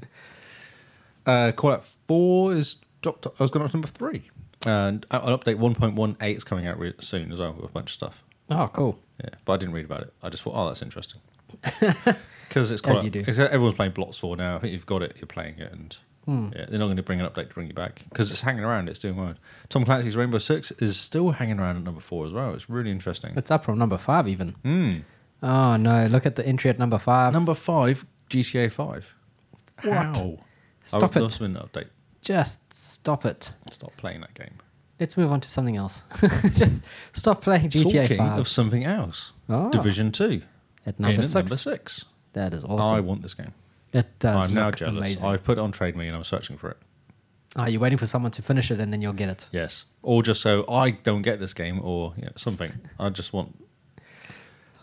[SPEAKER 2] Uh, call out four is dropped. I was going up to number three, and uh, an update 1.18 is coming out re- soon as well with a bunch of stuff.
[SPEAKER 1] Oh, cool.
[SPEAKER 2] Yeah, but I didn't read about it. I just thought, oh, that's interesting. Because it's
[SPEAKER 1] As
[SPEAKER 2] quite
[SPEAKER 1] you do.
[SPEAKER 2] it's- everyone's playing Blocks Four now. I think you've got it. You're playing it, and
[SPEAKER 1] Hmm.
[SPEAKER 2] yeah, they're not going to bring an update to bring you back because it's hanging around. It's doing well. Tom Clancy's Rainbow Six is still hanging around at number four as well. It's really interesting.
[SPEAKER 1] It's up from number five even.
[SPEAKER 2] Mm.
[SPEAKER 1] Oh no! Look at the entry at number five.
[SPEAKER 2] Number five, GTA Five.
[SPEAKER 1] What?
[SPEAKER 2] How? I
[SPEAKER 1] Stop
[SPEAKER 2] would
[SPEAKER 1] it.
[SPEAKER 2] love some update.
[SPEAKER 1] Just stop it.
[SPEAKER 2] Stop playing that game.
[SPEAKER 1] Let's move on to something else. Just stop playing GTA
[SPEAKER 2] Talking
[SPEAKER 1] 5
[SPEAKER 2] of something else,
[SPEAKER 1] Ah.
[SPEAKER 2] Division Two.
[SPEAKER 1] at
[SPEAKER 2] in
[SPEAKER 1] number
[SPEAKER 2] at
[SPEAKER 1] six.
[SPEAKER 2] number six.
[SPEAKER 1] That is
[SPEAKER 2] I
[SPEAKER 1] awesome.
[SPEAKER 2] want this game.
[SPEAKER 1] it does
[SPEAKER 2] I'm
[SPEAKER 1] look
[SPEAKER 2] now jealous.
[SPEAKER 1] amazing.
[SPEAKER 2] I put it on Trade Me and I'm searching for it.
[SPEAKER 1] Are you waiting for someone to finish it and then you'll get it?
[SPEAKER 2] Yes, or just so I don't get this game or you know, something. I just want.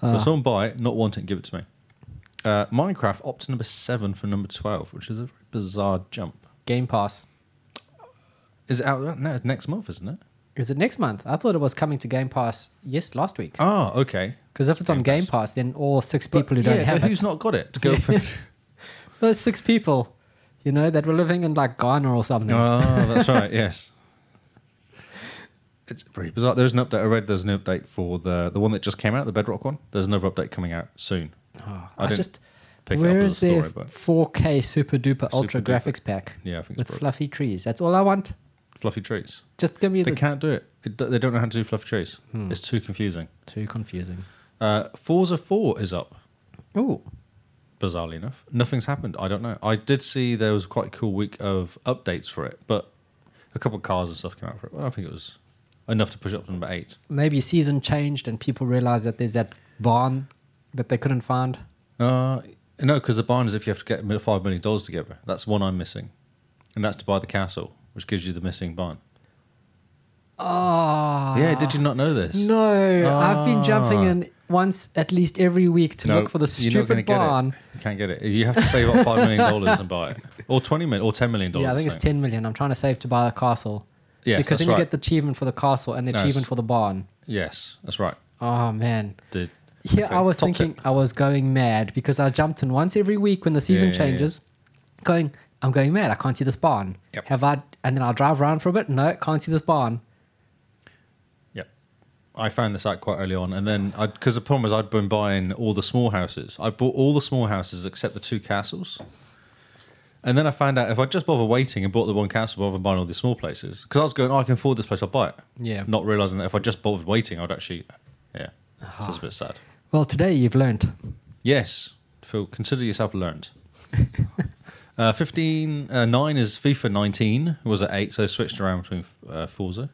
[SPEAKER 1] Ah.
[SPEAKER 2] So someone buy it, not want it, give it to me. Uh, Minecraft opts number seven for number twelve, which is a very bizarre jump.
[SPEAKER 1] Game Pass.
[SPEAKER 2] Is it out now? It's next month, isn't it?
[SPEAKER 1] Is it next month? I thought it was coming to Game Pass yes last week.
[SPEAKER 2] Ah, okay.
[SPEAKER 1] Because if it's on Game Pass, then all six
[SPEAKER 2] But-
[SPEAKER 1] people who don't
[SPEAKER 2] yeah,
[SPEAKER 1] have
[SPEAKER 2] but
[SPEAKER 1] it,
[SPEAKER 2] who's not got it to go for?
[SPEAKER 1] those six people, you know, that were living in like Ghana or something.
[SPEAKER 2] Oh, that's right. Yes. It's pretty bizarre. There's an update. I read there's an update for the the one that just came out, the Bedrock one. There's another update coming out soon.
[SPEAKER 1] Oh,
[SPEAKER 2] I
[SPEAKER 1] I,
[SPEAKER 2] didn't
[SPEAKER 1] just
[SPEAKER 2] pick it
[SPEAKER 1] where
[SPEAKER 2] up
[SPEAKER 1] is
[SPEAKER 2] as a
[SPEAKER 1] their
[SPEAKER 2] story, but-
[SPEAKER 1] 4K super duper ultra
[SPEAKER 2] duper.
[SPEAKER 1] graphics pack
[SPEAKER 2] Yeah, I think
[SPEAKER 1] with
[SPEAKER 2] it's broke.
[SPEAKER 1] fluffy trees? That's all I want.
[SPEAKER 2] fluffy trees.
[SPEAKER 1] Just give me
[SPEAKER 2] They
[SPEAKER 1] the
[SPEAKER 2] can't do it. It do- They don't know how to do fluffy trees. It's too confusing.
[SPEAKER 1] too confusing.
[SPEAKER 2] Uh, Forza 4 is up,
[SPEAKER 1] Oh,
[SPEAKER 2] bizarrely enough. Nothing's happened. I don't know. I did see there was quite a cool week of updates for it, but a couple of cars and stuff came out for it. But I don't think it was enough to push it up to number eight.
[SPEAKER 1] maybe season changed and people realized that there's that barn that they couldn't find.
[SPEAKER 2] Uh, no, because the barn is if you have to get mi- five million dollars together. That's one I'm missing, and that's to buy the castle, which gives you the missing barn.
[SPEAKER 1] Ah,
[SPEAKER 2] yeah, did you not know this?
[SPEAKER 1] No, I've been jumping
[SPEAKER 2] Ah.
[SPEAKER 1] in once at least every week to
[SPEAKER 2] No,
[SPEAKER 1] look for the
[SPEAKER 2] you're not gonna
[SPEAKER 1] stupid
[SPEAKER 2] get it.
[SPEAKER 1] barn.
[SPEAKER 2] You can't get it. You have to save up five million dollars and buy it, or twenty million, or ten million dollars.
[SPEAKER 1] Yeah, I think it's ten million. I'm trying to save to buy a castle.
[SPEAKER 2] Yes,
[SPEAKER 1] because
[SPEAKER 2] that's
[SPEAKER 1] then you
[SPEAKER 2] right.
[SPEAKER 1] get the achievement for the castle and the
[SPEAKER 2] No, it's-
[SPEAKER 1] achievement for the barn.
[SPEAKER 2] Yes, that's right.
[SPEAKER 1] Oh man.
[SPEAKER 2] Did
[SPEAKER 1] Yeah,
[SPEAKER 2] okay,
[SPEAKER 1] I was
[SPEAKER 2] top tip.
[SPEAKER 1] thinking I was going mad because I jumped in once every week when the season
[SPEAKER 2] yeah, yeah.
[SPEAKER 1] changes, going, I'm going mad. I can't see this barn.
[SPEAKER 2] Yep.
[SPEAKER 1] Have I? And then I'll drive around for a bit. No, can't see this barn.
[SPEAKER 2] Yep. I found this out quite early on, and then because the problem was I'd been buying all the small houses. I bought all the small houses except the two castles, and then I found out if I just bother waiting and bought the one castle rather than buying all these small places, because I was going, oh, I can afford this place, I'll buy it.
[SPEAKER 1] Yeah.
[SPEAKER 2] Not realizing that if I just bothered waiting, I'd actually, yeah. So it's a bit sad.
[SPEAKER 1] Well, today you've learned.
[SPEAKER 2] Yes, Phil, consider yourself learned. uh, 15, uh, 9 is FIFA 19, was at 8, so they switched around between uh, Forza.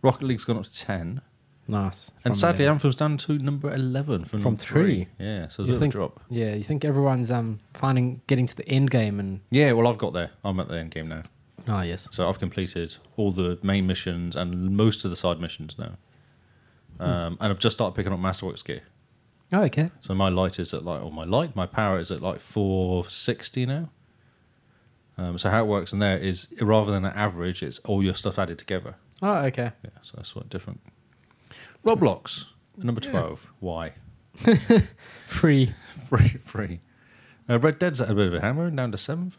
[SPEAKER 2] Rocket League's gone up to 10.
[SPEAKER 1] Nice. From
[SPEAKER 2] And sadly,
[SPEAKER 1] there.
[SPEAKER 2] Anthem's down to number 11 from,
[SPEAKER 1] From
[SPEAKER 2] number three.
[SPEAKER 1] three.
[SPEAKER 2] Yeah, so a
[SPEAKER 1] You
[SPEAKER 2] little
[SPEAKER 1] think-
[SPEAKER 2] drop.
[SPEAKER 1] yeah, you think everyone's um finding getting to the end game and
[SPEAKER 2] Yeah, well, I've got there. I'm at the end game now.
[SPEAKER 1] oh yes,
[SPEAKER 2] So I've completed all the main missions and most of the side missions now.
[SPEAKER 1] Hmm.
[SPEAKER 2] Um, And I've just started picking up Masterworks gear.
[SPEAKER 1] oh okay,
[SPEAKER 2] So my light is at like, or my light, my power is at like 460 now. Um, so how it works in there is rather than an average, it's all your stuff added together.
[SPEAKER 1] oh okay.
[SPEAKER 2] Yeah, so that's sort of different. Roblox, number 12. Why?
[SPEAKER 1] Free.
[SPEAKER 2] Free, free. Uh, Red Dead's at a bit of a hammer, down to seventh.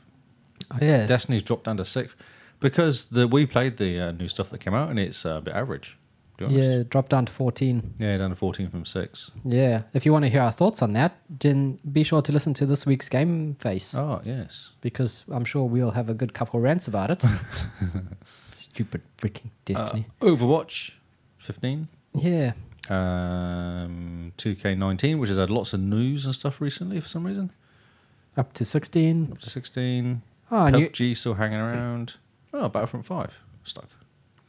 [SPEAKER 1] Oh, yeah.
[SPEAKER 2] Destiny's dropped down to sixth because the we played the uh, new stuff that came out and it's uh, a bit average. To be honest.
[SPEAKER 1] yeah. Drop down to fourteen.
[SPEAKER 2] Yeah. down to 14 from six.
[SPEAKER 1] Yeah. If you want to hear our thoughts on that, then be sure to listen to this week's game face.
[SPEAKER 2] Oh, yes.
[SPEAKER 1] because I'm sure we'll have a good couple rants about it. Stupid freaking
[SPEAKER 2] Uh,
[SPEAKER 1] Destiny.
[SPEAKER 2] Overwatch, 15.
[SPEAKER 1] yeah.
[SPEAKER 2] Um, 2K19, which has had lots of news and stuff recently for some reason.
[SPEAKER 1] Up to 16.
[SPEAKER 2] Up to 16.
[SPEAKER 1] Oh, a new,
[SPEAKER 2] PUBG still hanging around. Oh, Battlefront 5. Stuck.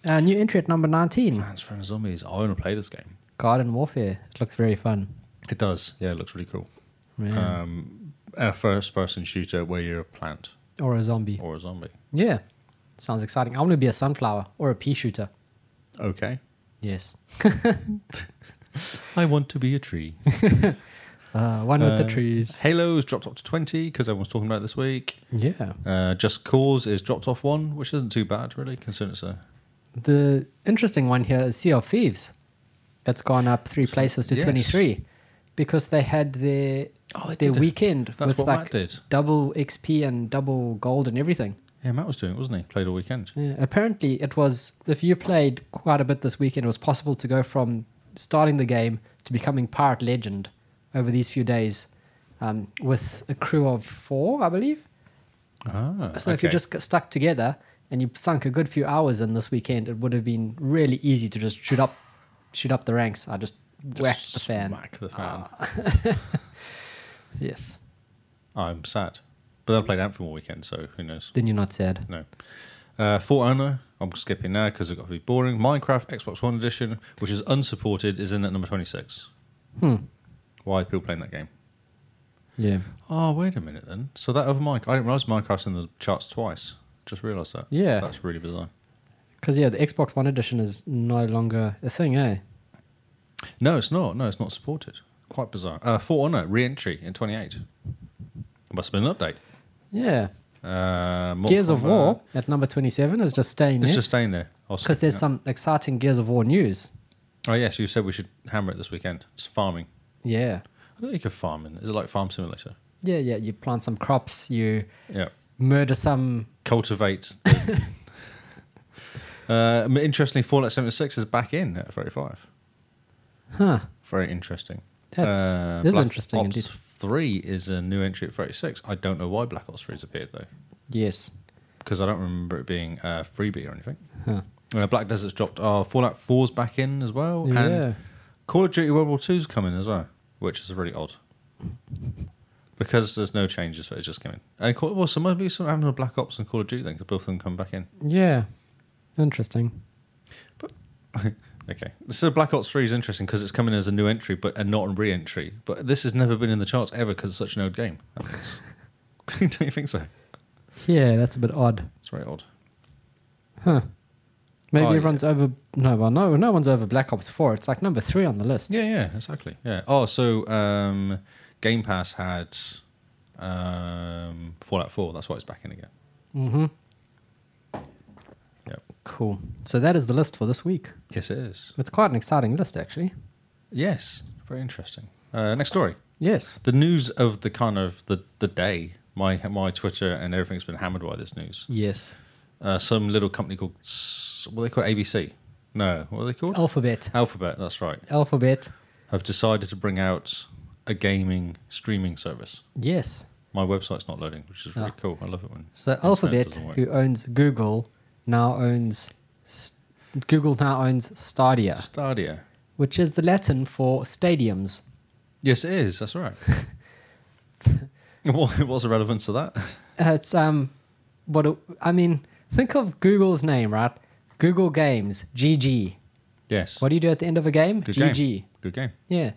[SPEAKER 1] a uh, new entry at number 19
[SPEAKER 2] Plants vs. Zombies. I want to play this game.
[SPEAKER 1] Garden Warfare. It looks very fun.
[SPEAKER 2] It does. Yeah, it looks really cool.
[SPEAKER 1] Yeah.
[SPEAKER 2] Um, a first person shooter where you're a plant
[SPEAKER 1] or a zombie.
[SPEAKER 2] or a zombie.
[SPEAKER 1] Yeah. Sounds exciting. I want to be a sunflower or a pea shooter.
[SPEAKER 2] Okay.
[SPEAKER 1] Yes.
[SPEAKER 2] I want to be a tree.
[SPEAKER 1] Uh, one with the
[SPEAKER 2] Uh,
[SPEAKER 1] trees.
[SPEAKER 2] Halo's dropped up to 20 because everyone's talking about it this week.
[SPEAKER 1] Yeah.
[SPEAKER 2] Uh, Just Cause is dropped off one, which isn't too bad, really, considering it's a.
[SPEAKER 1] The interesting one here is Sea of Thieves. That's gone up three places to
[SPEAKER 2] yes.
[SPEAKER 1] 23 because they had their,
[SPEAKER 2] Oh, they
[SPEAKER 1] their
[SPEAKER 2] did it.
[SPEAKER 1] weekend
[SPEAKER 2] That's
[SPEAKER 1] with
[SPEAKER 2] what Matt
[SPEAKER 1] like
[SPEAKER 2] did.
[SPEAKER 1] double XP and double gold and everything.
[SPEAKER 2] Yeah, Matt was doing it, wasn't he? Played all weekend.
[SPEAKER 1] Yeah, apparently, it was if you played quite a bit this weekend, it was possible to go from starting the game to becoming pirate legend over these few days um, with a crew of four, I believe.
[SPEAKER 2] Ah,
[SPEAKER 1] So if you
[SPEAKER 2] okay.
[SPEAKER 1] just got stuck together and you sunk a good few hours in this weekend, it would have been really easy to just shoot up, shoot up the ranks. I just whacked the fan. Ah.
[SPEAKER 2] Smack the fan.
[SPEAKER 1] Yes.
[SPEAKER 2] I'm sad. But I played Anthem all weekend, so who knows?
[SPEAKER 1] Then you're not sad.
[SPEAKER 2] No. Uh, For Honor, I'm skipping now because it got to be boring. Minecraft Xbox One Edition, which is unsupported, is in at number 26.
[SPEAKER 1] Hmm.
[SPEAKER 2] Why are people playing that game?
[SPEAKER 1] Yeah.
[SPEAKER 2] Oh, wait a minute then. So that other Minecraft, I didn't realize Minecraft's in the charts twice. Just realized that.
[SPEAKER 1] Yeah.
[SPEAKER 2] That's really bizarre.
[SPEAKER 1] Because yeah, the Xbox One edition is no longer a thing, eh?
[SPEAKER 2] No, it's not. No, it's not supported. Quite bizarre. Uh, For Honor, re entry in 28. Must have been an update.
[SPEAKER 1] Yeah.
[SPEAKER 2] Uh, Mortal
[SPEAKER 1] Gears of
[SPEAKER 2] Kombat.
[SPEAKER 1] War at number 27 is just staying
[SPEAKER 2] It's
[SPEAKER 1] there.
[SPEAKER 2] just staying there. I'll
[SPEAKER 1] Because
[SPEAKER 2] skip
[SPEAKER 1] there's
[SPEAKER 2] that.
[SPEAKER 1] some exciting Gears of War news.
[SPEAKER 2] Oh yes, you said we should hammer it this weekend. It's farming.
[SPEAKER 1] Yeah.
[SPEAKER 2] I don't think you can farm in. Is it like farm simulator?
[SPEAKER 1] Yeah, yeah. You plant some crops, you
[SPEAKER 2] Yeah.
[SPEAKER 1] murder some.
[SPEAKER 2] Cultivate. the- uh, m- interestingly, Fallout 76 is back in at 35.
[SPEAKER 1] Huh.
[SPEAKER 2] Very interesting.
[SPEAKER 1] That's-
[SPEAKER 2] Uh,
[SPEAKER 1] that's
[SPEAKER 2] Black
[SPEAKER 1] interesting
[SPEAKER 2] Ops
[SPEAKER 1] indeed.
[SPEAKER 2] 3 is a new entry at 36. I don't know why Black Ops 3 has appeared though,
[SPEAKER 1] Yes.
[SPEAKER 2] because I don't remember it being uh, freebie or anything.
[SPEAKER 1] Huh.
[SPEAKER 2] Uh, Black Desert's dropped. Oh, Fallout 4's back in as well.
[SPEAKER 1] yeah.
[SPEAKER 2] And Call of Duty World War Two's coming as well, which is really odd. Because there's no changes for it, it's just coming. And Call, well, so maybe some having a Black Ops and Call of Duty then, because both of them come back in.
[SPEAKER 1] Yeah. Interesting.
[SPEAKER 2] Okay, so Black Ops Three is interesting because it's coming as a new entry, but and not a re-entry. But this has never been in the charts ever because it's such an old game. I think it's- Don't you think so?
[SPEAKER 1] Yeah, that's a bit odd.
[SPEAKER 2] It's very odd.
[SPEAKER 1] Huh. Maybe
[SPEAKER 2] Oh, yeah.
[SPEAKER 1] everyone's over. No, well, no, no one's over Black Ops 4. It's like number three on the list.
[SPEAKER 2] Yeah, yeah, exactly. Yeah. Oh, so um, Game Pass had um, Fallout Four. That's why it's back in again.
[SPEAKER 1] Mm-hmm.
[SPEAKER 2] Yep.
[SPEAKER 1] Cool. So that is the list for this week.
[SPEAKER 2] Yes, it is.
[SPEAKER 1] It's quite an exciting list, actually.
[SPEAKER 2] Yes, very interesting. Uh, next story.
[SPEAKER 1] Yes.
[SPEAKER 2] The news of the kind of the, the day. My my Twitter and everything's been hammered by this news.
[SPEAKER 1] Yes.
[SPEAKER 2] Uh, some little company called S- what are they called ABC. No, what are they called?
[SPEAKER 1] Alphabet.
[SPEAKER 2] Alphabet. That's right.
[SPEAKER 1] Alphabet.
[SPEAKER 2] Have decided to bring out a gaming streaming service.
[SPEAKER 1] Yes.
[SPEAKER 2] My website's not loading, which is really
[SPEAKER 1] Ah.
[SPEAKER 2] cool. I love it when
[SPEAKER 1] So
[SPEAKER 2] internet
[SPEAKER 1] Alphabet,
[SPEAKER 2] doesn't work.
[SPEAKER 1] who owns Google, now owns S- Google now owns Stadia,
[SPEAKER 2] Stadia.
[SPEAKER 1] which is the Latin for stadiums.
[SPEAKER 2] Yes, it is. That's right. what, what's the relevance of that?
[SPEAKER 1] Uh, It's um, what it- I mean. Think of Google's name, right? Google Games, GG.
[SPEAKER 2] Yes.
[SPEAKER 1] What do you do at the end of a game?
[SPEAKER 2] Good
[SPEAKER 1] GG.
[SPEAKER 2] game. Good game.
[SPEAKER 1] Yeah.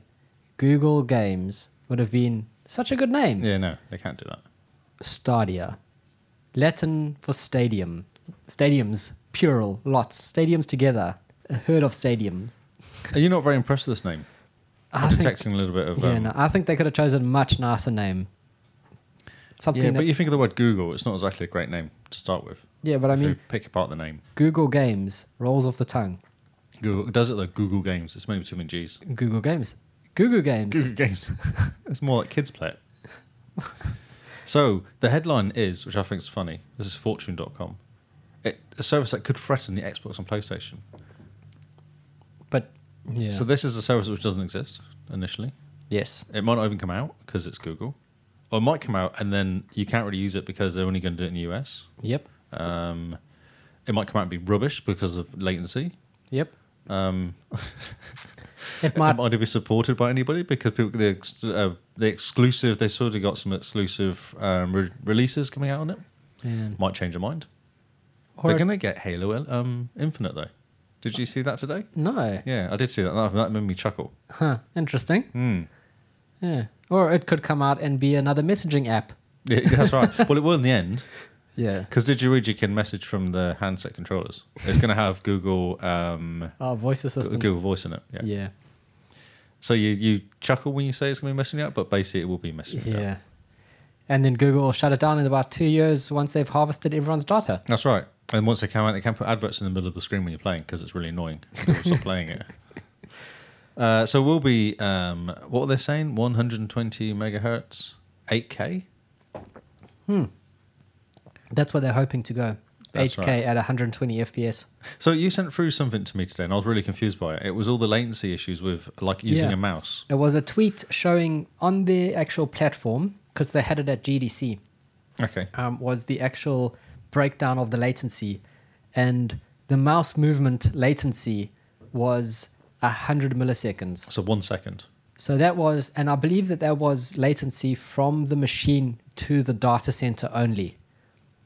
[SPEAKER 1] Google Games would have been such a good name.
[SPEAKER 2] Yeah. No, they can't do that.
[SPEAKER 1] Stadia, Latin for stadium. Stadiums, plural, lots. Stadiums together. A herd of stadiums.
[SPEAKER 2] Are you not very impressed with this name?
[SPEAKER 1] I
[SPEAKER 2] I'm
[SPEAKER 1] think-
[SPEAKER 2] detecting a little bit of.
[SPEAKER 1] Yeah,
[SPEAKER 2] um,
[SPEAKER 1] no, I think they could have chosen a much nicer name. Something
[SPEAKER 2] yeah,
[SPEAKER 1] that,
[SPEAKER 2] but you think of the word Google, it's not exactly a great name to start with.
[SPEAKER 1] yeah, but I
[SPEAKER 2] If you
[SPEAKER 1] mean,
[SPEAKER 2] pick apart the name.
[SPEAKER 1] Google Games rolls off the tongue.
[SPEAKER 2] Google does it though. Google Games. It's maybe too many G's.
[SPEAKER 1] Google Games. Google Games.
[SPEAKER 2] Google Games. it's more like kids play it. so the headline is, which I think is funny. This is Fortune.com. It, a service that could threaten the Xbox and PlayStation.
[SPEAKER 1] But, yeah.
[SPEAKER 2] So this is a service which doesn't exist initially.
[SPEAKER 1] yes.
[SPEAKER 2] It might not even come out because it's Google, or it might come out and then you can't really use it because they're only going to do it in the US.
[SPEAKER 1] Yep.
[SPEAKER 2] Um, it might Um, come out and be rubbish because of latency.
[SPEAKER 1] Yep.
[SPEAKER 2] Um,
[SPEAKER 1] It
[SPEAKER 2] might,
[SPEAKER 1] might-
[SPEAKER 2] it might be supported by anybody because people, the ex- uh, the exclusive they sort of got some exclusive um, re- releases coming out on it.
[SPEAKER 1] And
[SPEAKER 2] Might change your mind.
[SPEAKER 1] or,
[SPEAKER 2] They're going to get Halo um, Infinite though. Did you see that today?
[SPEAKER 1] no,
[SPEAKER 2] Yeah, I did see that. That that made me chuckle.
[SPEAKER 1] huh? Interesting.
[SPEAKER 2] Hmm.
[SPEAKER 1] Yeah. Or it could come out and be another messaging app.
[SPEAKER 2] Yeah, that's right. well, it will in the end
[SPEAKER 1] Yeah.
[SPEAKER 2] because Didgeridoo can message from the handset controllers. It's going to have Google um,
[SPEAKER 1] Oh, voice assistant.
[SPEAKER 2] Google Voice in it. Yeah.
[SPEAKER 1] Yeah.
[SPEAKER 2] So you you chuckle when you say it's going to be messaging out, but basically it will be messaging
[SPEAKER 1] Yeah.
[SPEAKER 2] out.
[SPEAKER 1] And then Google will shut it down in about two years once they've harvested everyone's data.
[SPEAKER 2] That's right. And once they come out, they can put adverts in the middle of the screen when you're playing because it's really annoying. People stop playing it. Uh, so we'll be um, what are they saying? 120 megahertz, 8K.
[SPEAKER 1] That's what they're hoping to go.
[SPEAKER 2] That's
[SPEAKER 1] 8K
[SPEAKER 2] right.
[SPEAKER 1] at 120 FPS.
[SPEAKER 2] So you sent through something to me today, and I was really confused by it. It was all the latency issues with like using
[SPEAKER 1] Yeah.
[SPEAKER 2] a mouse.
[SPEAKER 1] There was a tweet showing on the actual platform, because they had it at GDC,
[SPEAKER 2] Okay.
[SPEAKER 1] um, was the actual breakdown of the latency. And the mouse movement latency was 100 milliseconds.
[SPEAKER 2] So one second.
[SPEAKER 1] So that was, and I believe that that was latency from the machine to the data center only.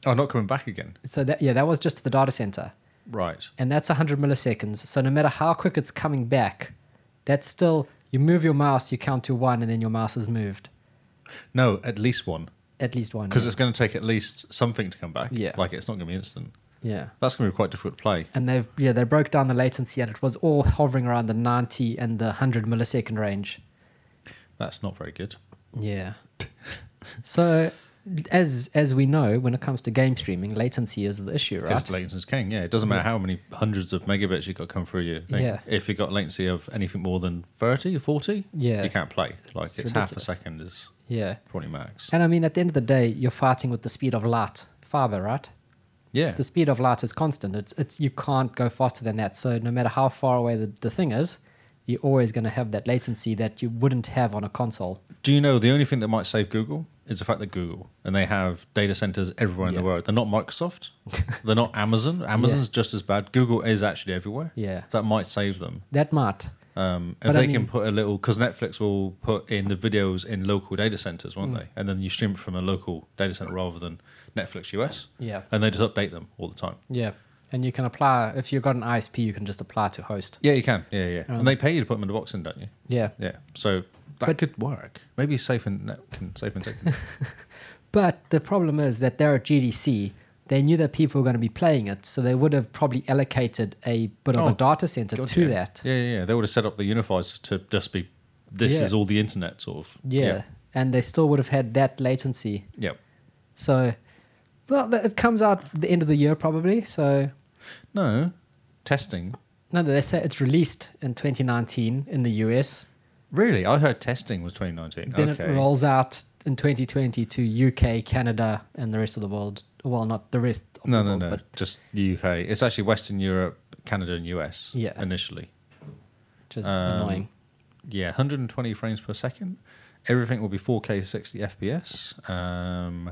[SPEAKER 2] Oh, not coming back again.
[SPEAKER 1] So that, yeah, that was just to the data center.
[SPEAKER 2] Right.
[SPEAKER 1] And that's 100 milliseconds. So no matter how quick it's coming back, that's still, you move your mouse, you count to one, and then your mouse is moved.
[SPEAKER 2] No, at least one
[SPEAKER 1] At least one.
[SPEAKER 2] because
[SPEAKER 1] yeah.
[SPEAKER 2] it's going to take at least something to come back.
[SPEAKER 1] Yeah.
[SPEAKER 2] Like it's not going to be instant.
[SPEAKER 1] yeah.
[SPEAKER 2] That's going to be quite difficult to play.
[SPEAKER 1] And they've, yeah, they broke down the latency and it was all hovering around the 90 and the 100 millisecond range.
[SPEAKER 2] That's not very good.
[SPEAKER 1] Yeah. so as as we know, when it comes to game streaming, latency is the issue, right?
[SPEAKER 2] Because latency's king. Yeah, it doesn't matter how many hundreds of megabits you got come through your thing.
[SPEAKER 1] Yeah.
[SPEAKER 2] If you got latency of anything more than 30 or 40,
[SPEAKER 1] Yeah.
[SPEAKER 2] you can't play. Like
[SPEAKER 1] It's
[SPEAKER 2] it's, half a
[SPEAKER 1] ridiculous.
[SPEAKER 2] second is
[SPEAKER 1] Yeah.
[SPEAKER 2] probably max.
[SPEAKER 1] And I mean, at the end of the day, you're fighting with the speed of light, fiber, right?
[SPEAKER 2] Yeah.
[SPEAKER 1] The speed of light is constant. It's it's you can't go faster than that. So no matter how far away the, the thing is, you're always going to have that latency that you wouldn't have on a console.
[SPEAKER 2] Do you know the only thing that might save Google is the fact that Google and they have data centers everywhere in
[SPEAKER 1] Yeah.
[SPEAKER 2] the world. They're not Microsoft. They're not Amazon. Amazon's just as bad. Google is actually everywhere.
[SPEAKER 1] Yeah.
[SPEAKER 2] So that might save them.
[SPEAKER 1] That might.
[SPEAKER 2] Um, if
[SPEAKER 1] But I
[SPEAKER 2] they
[SPEAKER 1] mean-
[SPEAKER 2] can put a little, because Netflix will put in the videos in local data centers,
[SPEAKER 1] Mm.
[SPEAKER 2] won't they? And then you stream it from a local data center rather than Netflix US.
[SPEAKER 1] Yeah.
[SPEAKER 2] And they just update them all the time.
[SPEAKER 1] Yeah. And you can apply if you've got an ISP, you can just apply to host.
[SPEAKER 2] Yeah, you can. Yeah, yeah. and they pay you to put them in the box, in, don't you?
[SPEAKER 1] Yeah.
[SPEAKER 2] Yeah. So that
[SPEAKER 1] Um, But-
[SPEAKER 2] could work. Maybe Safe and Net can Safe and Tech. can-
[SPEAKER 1] But the problem is that they're at GDC. They knew that people were going to be playing it, so they would have probably allocated a bit of
[SPEAKER 2] Oh,
[SPEAKER 1] a data center
[SPEAKER 2] God,
[SPEAKER 1] to
[SPEAKER 2] yeah.
[SPEAKER 1] that.
[SPEAKER 2] Yeah, yeah, yeah. They would have set up the unifiers to just be. This
[SPEAKER 1] Yeah.
[SPEAKER 2] is all the internet, sort of.
[SPEAKER 1] Yeah. And they still would have had that latency.
[SPEAKER 2] Yeah.
[SPEAKER 1] So, well, th- it comes out the end of the year probably. So,
[SPEAKER 2] No, testing.
[SPEAKER 1] no, they say it's released in 2019 in the US.
[SPEAKER 2] Really, I heard testing was 2019.
[SPEAKER 1] Then
[SPEAKER 2] okay.
[SPEAKER 1] it rolls out in 2020 to UK, Canada, and the rest of the world. Well, not the rest. Of
[SPEAKER 2] No,
[SPEAKER 1] the
[SPEAKER 2] no,
[SPEAKER 1] world,
[SPEAKER 2] no.
[SPEAKER 1] But
[SPEAKER 2] Just the UK. It's actually Western Europe, Canada, and US.
[SPEAKER 1] Yeah.
[SPEAKER 2] Initially,
[SPEAKER 1] just
[SPEAKER 2] Um,
[SPEAKER 1] annoying.
[SPEAKER 2] yeah, 120 frames per second. Everything will be 4K 60 FPS. Um,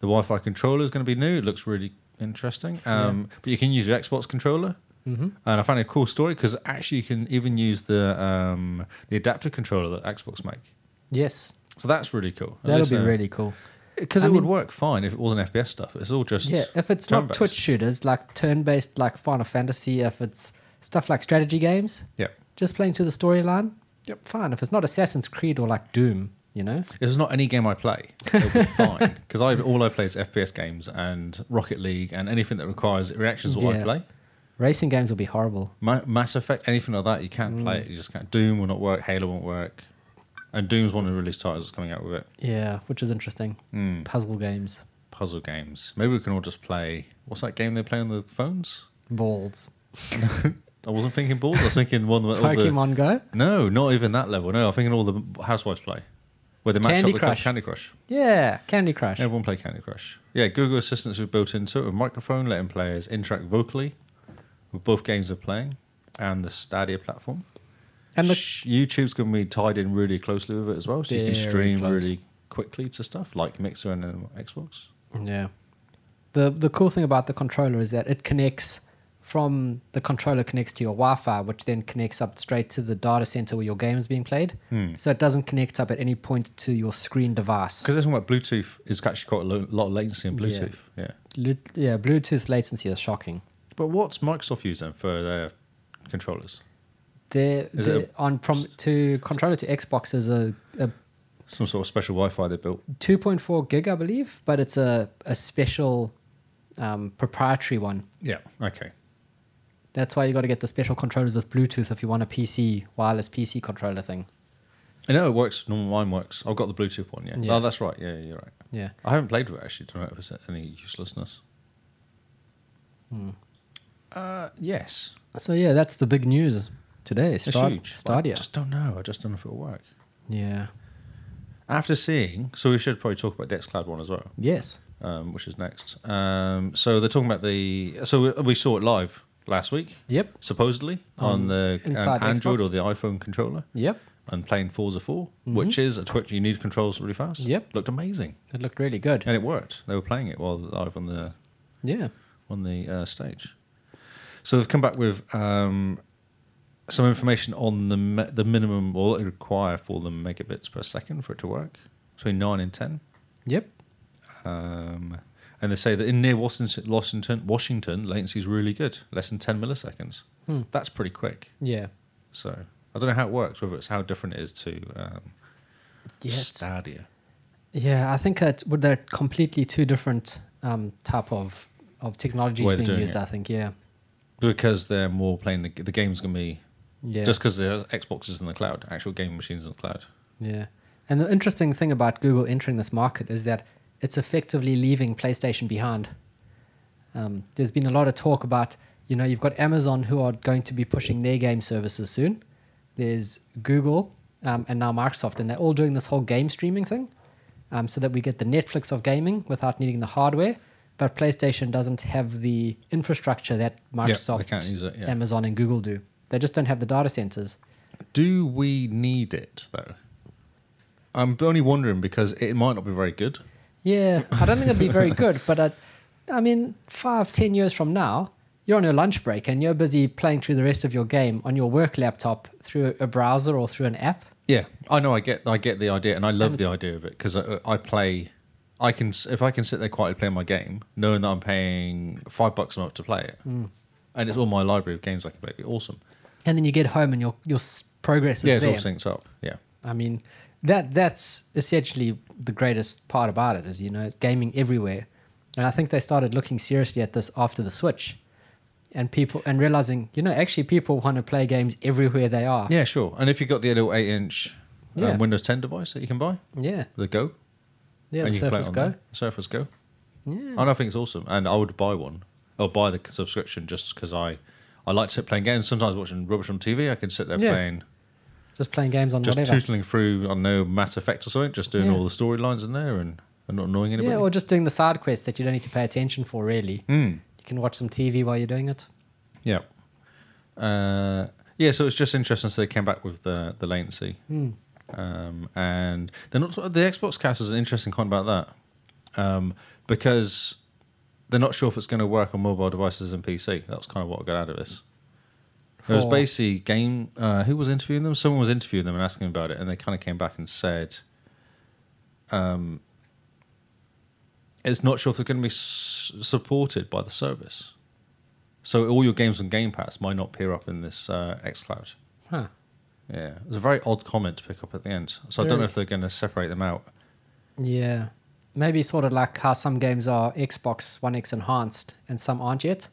[SPEAKER 2] the Wi-Fi controller is going to be new. It looks really interesting. Um, But you can use your Xbox controller.
[SPEAKER 1] hmm
[SPEAKER 2] And I found it a cool story because actually you can even use the um, the adapter controller that Xbox make.
[SPEAKER 1] Yes,
[SPEAKER 2] So that's really cool. At
[SPEAKER 1] that'll
[SPEAKER 2] least,
[SPEAKER 1] be
[SPEAKER 2] uh,
[SPEAKER 1] really cool.
[SPEAKER 2] because
[SPEAKER 1] I
[SPEAKER 2] it would
[SPEAKER 1] mean-
[SPEAKER 2] work fine if it wasn't FPS stuff. It's all just
[SPEAKER 1] Yeah, if it's not
[SPEAKER 2] turn-based.
[SPEAKER 1] Twitch shooters like turn-based, like Final Fantasy, if it's stuff like strategy games,
[SPEAKER 2] Yeah.
[SPEAKER 1] just playing through the storyline.
[SPEAKER 2] Yep.
[SPEAKER 1] Fine. If it's not Assassin's Creed or like Doom, you know.
[SPEAKER 2] If it's not any game I play, it'll be fine because I all I play is FPS games and Rocket League and anything that requires reactions. All
[SPEAKER 1] Yeah.
[SPEAKER 2] I play.
[SPEAKER 1] Racing games will be horrible.
[SPEAKER 2] Ma- Mass Effect, anything like that, you can't
[SPEAKER 1] Mm.
[SPEAKER 2] play it. You just can't. Doom will not work. Halo won't work. And Doom's one of the release titles that's coming out with it.
[SPEAKER 1] Yeah, which is interesting.
[SPEAKER 2] Mm.
[SPEAKER 1] Puzzle games,
[SPEAKER 2] Puzzle games. Maybe we can all just play. What's that game they play on the phones?
[SPEAKER 1] balls,
[SPEAKER 2] I wasn't thinking balls. I was thinking one where all the.
[SPEAKER 1] Pokemon Go.
[SPEAKER 2] No, not even that level. No, I'm thinking all the housewives play, where they match
[SPEAKER 1] Candy
[SPEAKER 2] up with
[SPEAKER 1] Crush.
[SPEAKER 2] Candy Crush.
[SPEAKER 1] Yeah, Candy Crush.
[SPEAKER 2] Everyone play Candy Crush. Yeah, Google Assistance was built into it with microphone, letting players interact vocally with both games they're playing and the Stadia platform.
[SPEAKER 1] And the
[SPEAKER 2] Sh- YouTube's going to be tied in really closely with it as well, so you can
[SPEAKER 1] Very
[SPEAKER 2] stream
[SPEAKER 1] close.
[SPEAKER 2] really quickly to stuff like Mixer and um, Xbox.
[SPEAKER 1] yeah, the the cool thing about the controller is that it connects from the controller connects to your Wi-Fi, which then connects up straight to the data center where your game is being played.
[SPEAKER 2] Hmm.
[SPEAKER 1] So it doesn't connect up at any point to your screen device.
[SPEAKER 2] Because that's what Bluetooth is actually quite a lo- lot of latency in Bluetooth. Yeah.
[SPEAKER 1] Lu- yeah, Bluetooth latency is shocking.
[SPEAKER 2] But what's Microsoft using for their controllers?
[SPEAKER 1] They're,
[SPEAKER 2] Is
[SPEAKER 1] they're
[SPEAKER 2] it
[SPEAKER 1] on from to controller to Xbox is a, a
[SPEAKER 2] Some sort of special Wi-Fi they built.
[SPEAKER 1] 2.4 gig, I believe, but it's a a special um, proprietary one.
[SPEAKER 2] Yeah. Okay.
[SPEAKER 1] That's why you got to get the special controllers with Bluetooth if you want a PC wireless PC controller thing.
[SPEAKER 2] I know it works. Normal mine works. I've got the Bluetooth one. Yeah.
[SPEAKER 1] Yeah.
[SPEAKER 2] Oh, that's right. Yeah, yeah, you're right.
[SPEAKER 1] Yeah,
[SPEAKER 2] I haven't played with it actually to know if it's any uselessness.
[SPEAKER 1] Hmm.
[SPEAKER 2] Uh, yes.
[SPEAKER 1] so yeah, that's the big news today.
[SPEAKER 2] It's
[SPEAKER 1] Start,
[SPEAKER 2] huge. I
[SPEAKER 1] Stadia.
[SPEAKER 2] just don't know. I just don't know if it'll work.
[SPEAKER 1] yeah.
[SPEAKER 2] After seeing, so we should probably talk about the xCloud one as well,
[SPEAKER 1] Yes.
[SPEAKER 2] um, which is next. Um, so they're talking about the. So we, we saw it live last week,
[SPEAKER 1] Yep.
[SPEAKER 2] supposedly on the an
[SPEAKER 1] inside
[SPEAKER 2] Android
[SPEAKER 1] Xbox.
[SPEAKER 2] or the iPhone controller,
[SPEAKER 1] Yep.
[SPEAKER 2] and playing Forza 4, which is a Twitch. You need controls really fast.
[SPEAKER 1] Mm-hmm. Yep.
[SPEAKER 2] looked amazing,
[SPEAKER 1] It looked really good.
[SPEAKER 2] and it worked. They were playing it while live on the
[SPEAKER 1] Yeah.
[SPEAKER 2] on the uh, stage. So they've come back with um, some information on the me- the minimum or what it require for the megabits per second for it to work between nine and ten.
[SPEAKER 1] Yep.
[SPEAKER 2] Um, and they say that in near Washington, Washington, Washington latency is really good, less than ten milliseconds.
[SPEAKER 1] Hmm.
[SPEAKER 2] That's pretty quick.
[SPEAKER 1] Yeah.
[SPEAKER 2] So I don't know how it works, whether it's how different it is to um,
[SPEAKER 1] Yes.
[SPEAKER 2] Stadia.
[SPEAKER 1] Yeah, I think that well, they're completely two different um, type of of technologies
[SPEAKER 2] Way of
[SPEAKER 1] being
[SPEAKER 2] doing
[SPEAKER 1] used.
[SPEAKER 2] it.
[SPEAKER 1] I think. Yeah.
[SPEAKER 2] Because they're more playing the, the game's going to be
[SPEAKER 1] Yeah.
[SPEAKER 2] just because the Xbox is in the cloud, actual game machines in the cloud.
[SPEAKER 1] Yeah. And the interesting thing about Google entering this market is that it's effectively leaving PlayStation behind. Um, there's been a lot of talk about, you know, you've got Amazon who are going to be pushing their game services soon. There's Google um, and now Microsoft, and they're all doing this whole game streaming thing um, so that we get the Netflix of gaming without needing the hardware. But PlayStation doesn't have the infrastructure that Microsoft,
[SPEAKER 2] can't use it, yeah.
[SPEAKER 1] Amazon, and Google do. They just don't have the data centers.
[SPEAKER 2] Do we need it though? I'm only wondering because it might not be very good.
[SPEAKER 1] Yeah, I don't think it'd be very good, but I, I mean, five, ten years from now, you're on your lunch break and you're busy playing through the rest of your game on your work laptop through a browser or through an app.
[SPEAKER 2] Yeah, I know. I get, I get the idea, and I love
[SPEAKER 1] And
[SPEAKER 2] the
[SPEAKER 1] it's-
[SPEAKER 2] idea of it because I, I play. I can s- if I can sit there quietly playing my game, knowing that I'm paying five bucks a month to play it, and it's all my library of games I can play. It'd be awesome.
[SPEAKER 1] And then you get home and your your s- progress is
[SPEAKER 2] yeah, it's
[SPEAKER 1] there.
[SPEAKER 2] all syncs up. Yeah,
[SPEAKER 1] I mean, that that's essentially the greatest part about it is you know gaming everywhere, and I think they started looking seriously at this after the Switch, and people and realizing you know actually people want to play games everywhere they are.
[SPEAKER 2] yeah, sure. And if you got the little eight-inch um,
[SPEAKER 1] Yeah.
[SPEAKER 2] Windows 10 device that you can buy,
[SPEAKER 1] yeah,
[SPEAKER 2] the Go,
[SPEAKER 1] yeah.
[SPEAKER 2] and
[SPEAKER 1] the
[SPEAKER 2] you can play it
[SPEAKER 1] Surface
[SPEAKER 2] on
[SPEAKER 1] Go.
[SPEAKER 2] there, Surface Go.
[SPEAKER 1] Yeah.
[SPEAKER 2] And I think it's awesome. And I would buy one. I'll buy the subscription just because I, I like to sit playing games. Sometimes watching rubbish on TV, I can sit there
[SPEAKER 1] Yeah.
[SPEAKER 2] playing,
[SPEAKER 1] Just playing games on
[SPEAKER 2] just
[SPEAKER 1] whatever.
[SPEAKER 2] tootling through, I don't know, Mass Effect or something, just doing
[SPEAKER 1] Yeah.
[SPEAKER 2] all the storylines in there and, and not annoying anybody.
[SPEAKER 1] Yeah, or just doing the side quest that you don't need to pay attention for, really.
[SPEAKER 2] Mm.
[SPEAKER 1] You can watch some TV while you're doing it.
[SPEAKER 2] Yeah. Uh, yeah, so it's just interesting. So they came back with the, the latency. Um, and they're not, the Xbox cast is an interesting comment about that um, because they're not sure if it's going to work on mobile devices and PC. That's kind of what I got out of this. It was
[SPEAKER 1] For-
[SPEAKER 2] basically game. Uh, who was interviewing them? Someone was interviewing them and asking about it, and they kind of came back and said, um, "It's not sure if they're going to be s- supported by the service." So all your games on Game Pass might not appear up in this uh, XCloud.
[SPEAKER 1] Huh.
[SPEAKER 2] Yeah, it's a very odd comment to pick up at the end. So I don't
[SPEAKER 1] Very.
[SPEAKER 2] know if they're going to separate them out.
[SPEAKER 1] Yeah. Maybe sort of like how some games are Xbox One X enhanced and some aren't yet.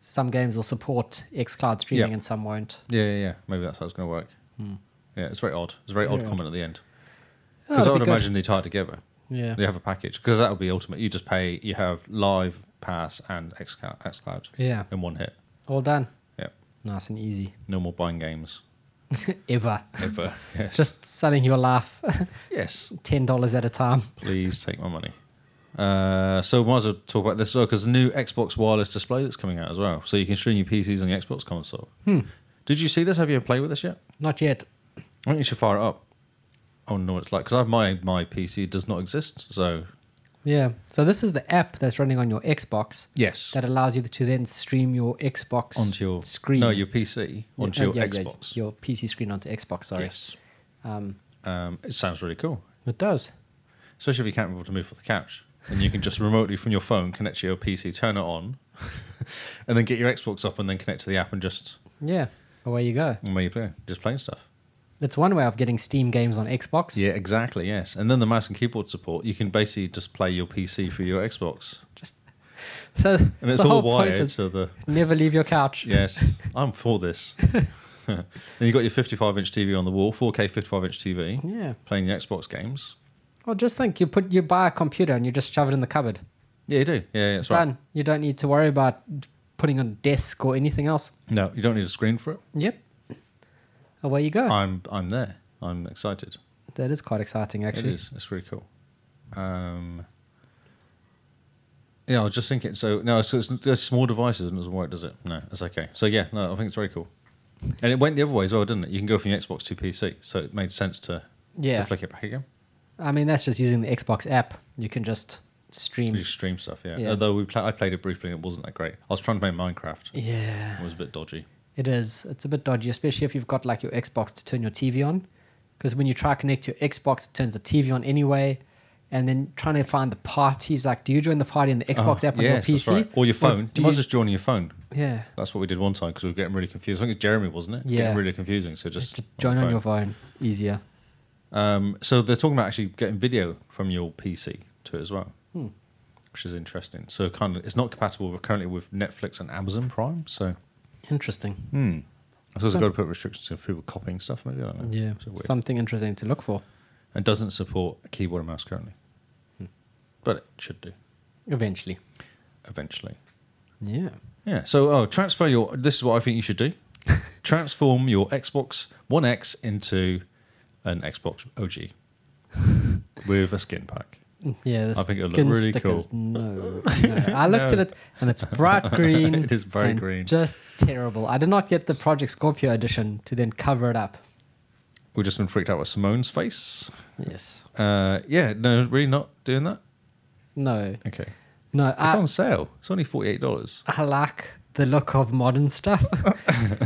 [SPEAKER 1] Some games will support xCloud streaming
[SPEAKER 2] Yeah.
[SPEAKER 1] and some won't.
[SPEAKER 2] Yeah, yeah, yeah. Maybe that's how it's going to work. Yeah, it's very odd. It's a very
[SPEAKER 1] Hmm.
[SPEAKER 2] odd
[SPEAKER 1] Yeah.
[SPEAKER 2] comment at the end
[SPEAKER 1] Oh,
[SPEAKER 2] because I
[SPEAKER 1] that'd
[SPEAKER 2] would
[SPEAKER 1] be good.
[SPEAKER 2] imagine they tie it together.
[SPEAKER 1] Yeah.
[SPEAKER 2] They have a package because that would be ultimate. You just pay. You have live pass and Xcloud, xCloud
[SPEAKER 1] Yeah.
[SPEAKER 2] in one hit.
[SPEAKER 1] All done.
[SPEAKER 2] Yep.
[SPEAKER 1] Nice and easy.
[SPEAKER 2] No more buying games
[SPEAKER 1] Ever.
[SPEAKER 2] ever. yes.
[SPEAKER 1] Just selling your life
[SPEAKER 2] yes.
[SPEAKER 1] $10 at a time.
[SPEAKER 2] Please take my money. Uh, so might as well talk about this as well because the new Xbox wireless display that's coming out as well. So you can stream your PCs on your Xbox console.
[SPEAKER 1] Hmm.
[SPEAKER 2] Did you see this? Have you played with this yet?
[SPEAKER 1] Not yet.
[SPEAKER 2] I think you should fire it up. I don't know what it's like because my my PC does not exist. So
[SPEAKER 1] Yeah. So this is the app that's running on your Xbox
[SPEAKER 2] Yes.
[SPEAKER 1] that allows you to then stream your Xbox
[SPEAKER 2] onto your
[SPEAKER 1] screen.
[SPEAKER 2] No, your PC onto
[SPEAKER 1] uh,
[SPEAKER 2] your
[SPEAKER 1] yeah, yeah,
[SPEAKER 2] Xbox.
[SPEAKER 1] your PC screen onto Xbox. Sorry.
[SPEAKER 2] Yes.
[SPEAKER 1] Um,
[SPEAKER 2] Um, it sounds really cool,
[SPEAKER 1] it does.
[SPEAKER 2] especially if you can't be able to move off the couch, and you can just remotely from your phone connect to your PC, turn it on, and then get your Xbox up, and then connect to the app and just
[SPEAKER 1] Yeah. Away you go.
[SPEAKER 2] and where you play, just playing stuff.
[SPEAKER 1] It's one way of getting Steam games on Xbox.
[SPEAKER 2] Yeah, exactly. Yes, and then the mouse and keyboard support, you can basically just play your PC for your Xbox,
[SPEAKER 1] So
[SPEAKER 2] and it's
[SPEAKER 1] the whole
[SPEAKER 2] all
[SPEAKER 1] point
[SPEAKER 2] wired.
[SPEAKER 1] is
[SPEAKER 2] So the
[SPEAKER 1] never leave your couch.
[SPEAKER 2] yes, I'm for this. and you got your 55 inch TV on the wall, 4K 55 inch TV,
[SPEAKER 1] Yeah.
[SPEAKER 2] playing the Xbox games.
[SPEAKER 1] Well, just think you put you buy a computer and you just shove it in the cupboard.
[SPEAKER 2] Yeah, you do. Yeah, yeah that's right.
[SPEAKER 1] Done. You don't need to worry about putting on a desk or anything else.
[SPEAKER 2] No, you don't need a screen for it.
[SPEAKER 1] Yep. Away you go.
[SPEAKER 2] I'm I'm there. I'm excited.
[SPEAKER 1] that is quite exciting, actually.
[SPEAKER 2] It is. It's really cool. Um, yeah, I was just thinking. So no, so it's, there's small devices and it doesn't work, does it? No, it's okay. So yeah, no, I think it's very cool. And it went the other way as well, didn't it? You can go from your Xbox to PC, so it made sense to,
[SPEAKER 1] Yeah.
[SPEAKER 2] to flick it back again.
[SPEAKER 1] I mean, that's just using the Xbox app. You can just stream.
[SPEAKER 2] You stream stuff, yeah.
[SPEAKER 1] Yeah.
[SPEAKER 2] Although we play, I played it briefly, and it wasn't that great. I was trying to play Minecraft.
[SPEAKER 1] Yeah.
[SPEAKER 2] It was a bit dodgy.
[SPEAKER 1] It is. It's a bit dodgy, especially if you've got like your Xbox to turn your TV on. Because when you try to connect your Xbox, it turns the TV on anyway. And then trying to find the parties, like, do you join the party in the Xbox
[SPEAKER 2] Oh,
[SPEAKER 1] app on
[SPEAKER 2] yes,
[SPEAKER 1] your
[SPEAKER 2] that's
[SPEAKER 1] PC?
[SPEAKER 2] right. Or your phone.
[SPEAKER 1] do
[SPEAKER 2] you might
[SPEAKER 1] you-
[SPEAKER 2] just join on your phone.
[SPEAKER 1] Yeah.
[SPEAKER 2] That's what we did one time because we were getting really confused. I think it's Jeremy, wasn't it?
[SPEAKER 1] Yeah.
[SPEAKER 2] Getting really confusing. So just
[SPEAKER 1] Just join
[SPEAKER 2] the
[SPEAKER 1] on your
[SPEAKER 2] phone.
[SPEAKER 1] phone. Easier.
[SPEAKER 2] Um, so they're talking about actually getting video from your PC to it as well,
[SPEAKER 1] Hmm.
[SPEAKER 2] which is interesting. So kind of it's not compatible with- currently with Netflix and Amazon Prime. So
[SPEAKER 1] Interesting.
[SPEAKER 2] Hmm. I suppose they've got to put restrictions on people copying stuff. Maybe I don't know.
[SPEAKER 1] Hmm. Yeah.
[SPEAKER 2] It's a bit weird.
[SPEAKER 1] Something interesting to look for
[SPEAKER 2] and doesn't support keyboard and mouse currently,
[SPEAKER 1] Hmm.
[SPEAKER 2] but it should do
[SPEAKER 1] eventually.
[SPEAKER 2] eventually.
[SPEAKER 1] Yeah.
[SPEAKER 2] Yeah. So oh, transfer your. This is what I think you should do. Transform your Xbox One X into an Xbox OG with a skin pack.
[SPEAKER 1] Yeah, the
[SPEAKER 2] I think it'll look
[SPEAKER 1] skin
[SPEAKER 2] really
[SPEAKER 1] stickers,
[SPEAKER 2] cool.
[SPEAKER 1] No, no. I looked at
[SPEAKER 2] No.
[SPEAKER 1] it and it's bright green.
[SPEAKER 2] It is very
[SPEAKER 1] and
[SPEAKER 2] green.
[SPEAKER 1] Just terrible. I did not get the Project Scorpio edition to then cover it up.
[SPEAKER 2] We've just been freaked out with Simone's face.
[SPEAKER 1] Yes.
[SPEAKER 2] Uh, yeah, no, really not doing that.
[SPEAKER 1] No.
[SPEAKER 2] Okay,
[SPEAKER 1] No.
[SPEAKER 2] it's
[SPEAKER 1] I,
[SPEAKER 2] on sale. It's only forty eight dollars.
[SPEAKER 1] I like the look of modern stuff.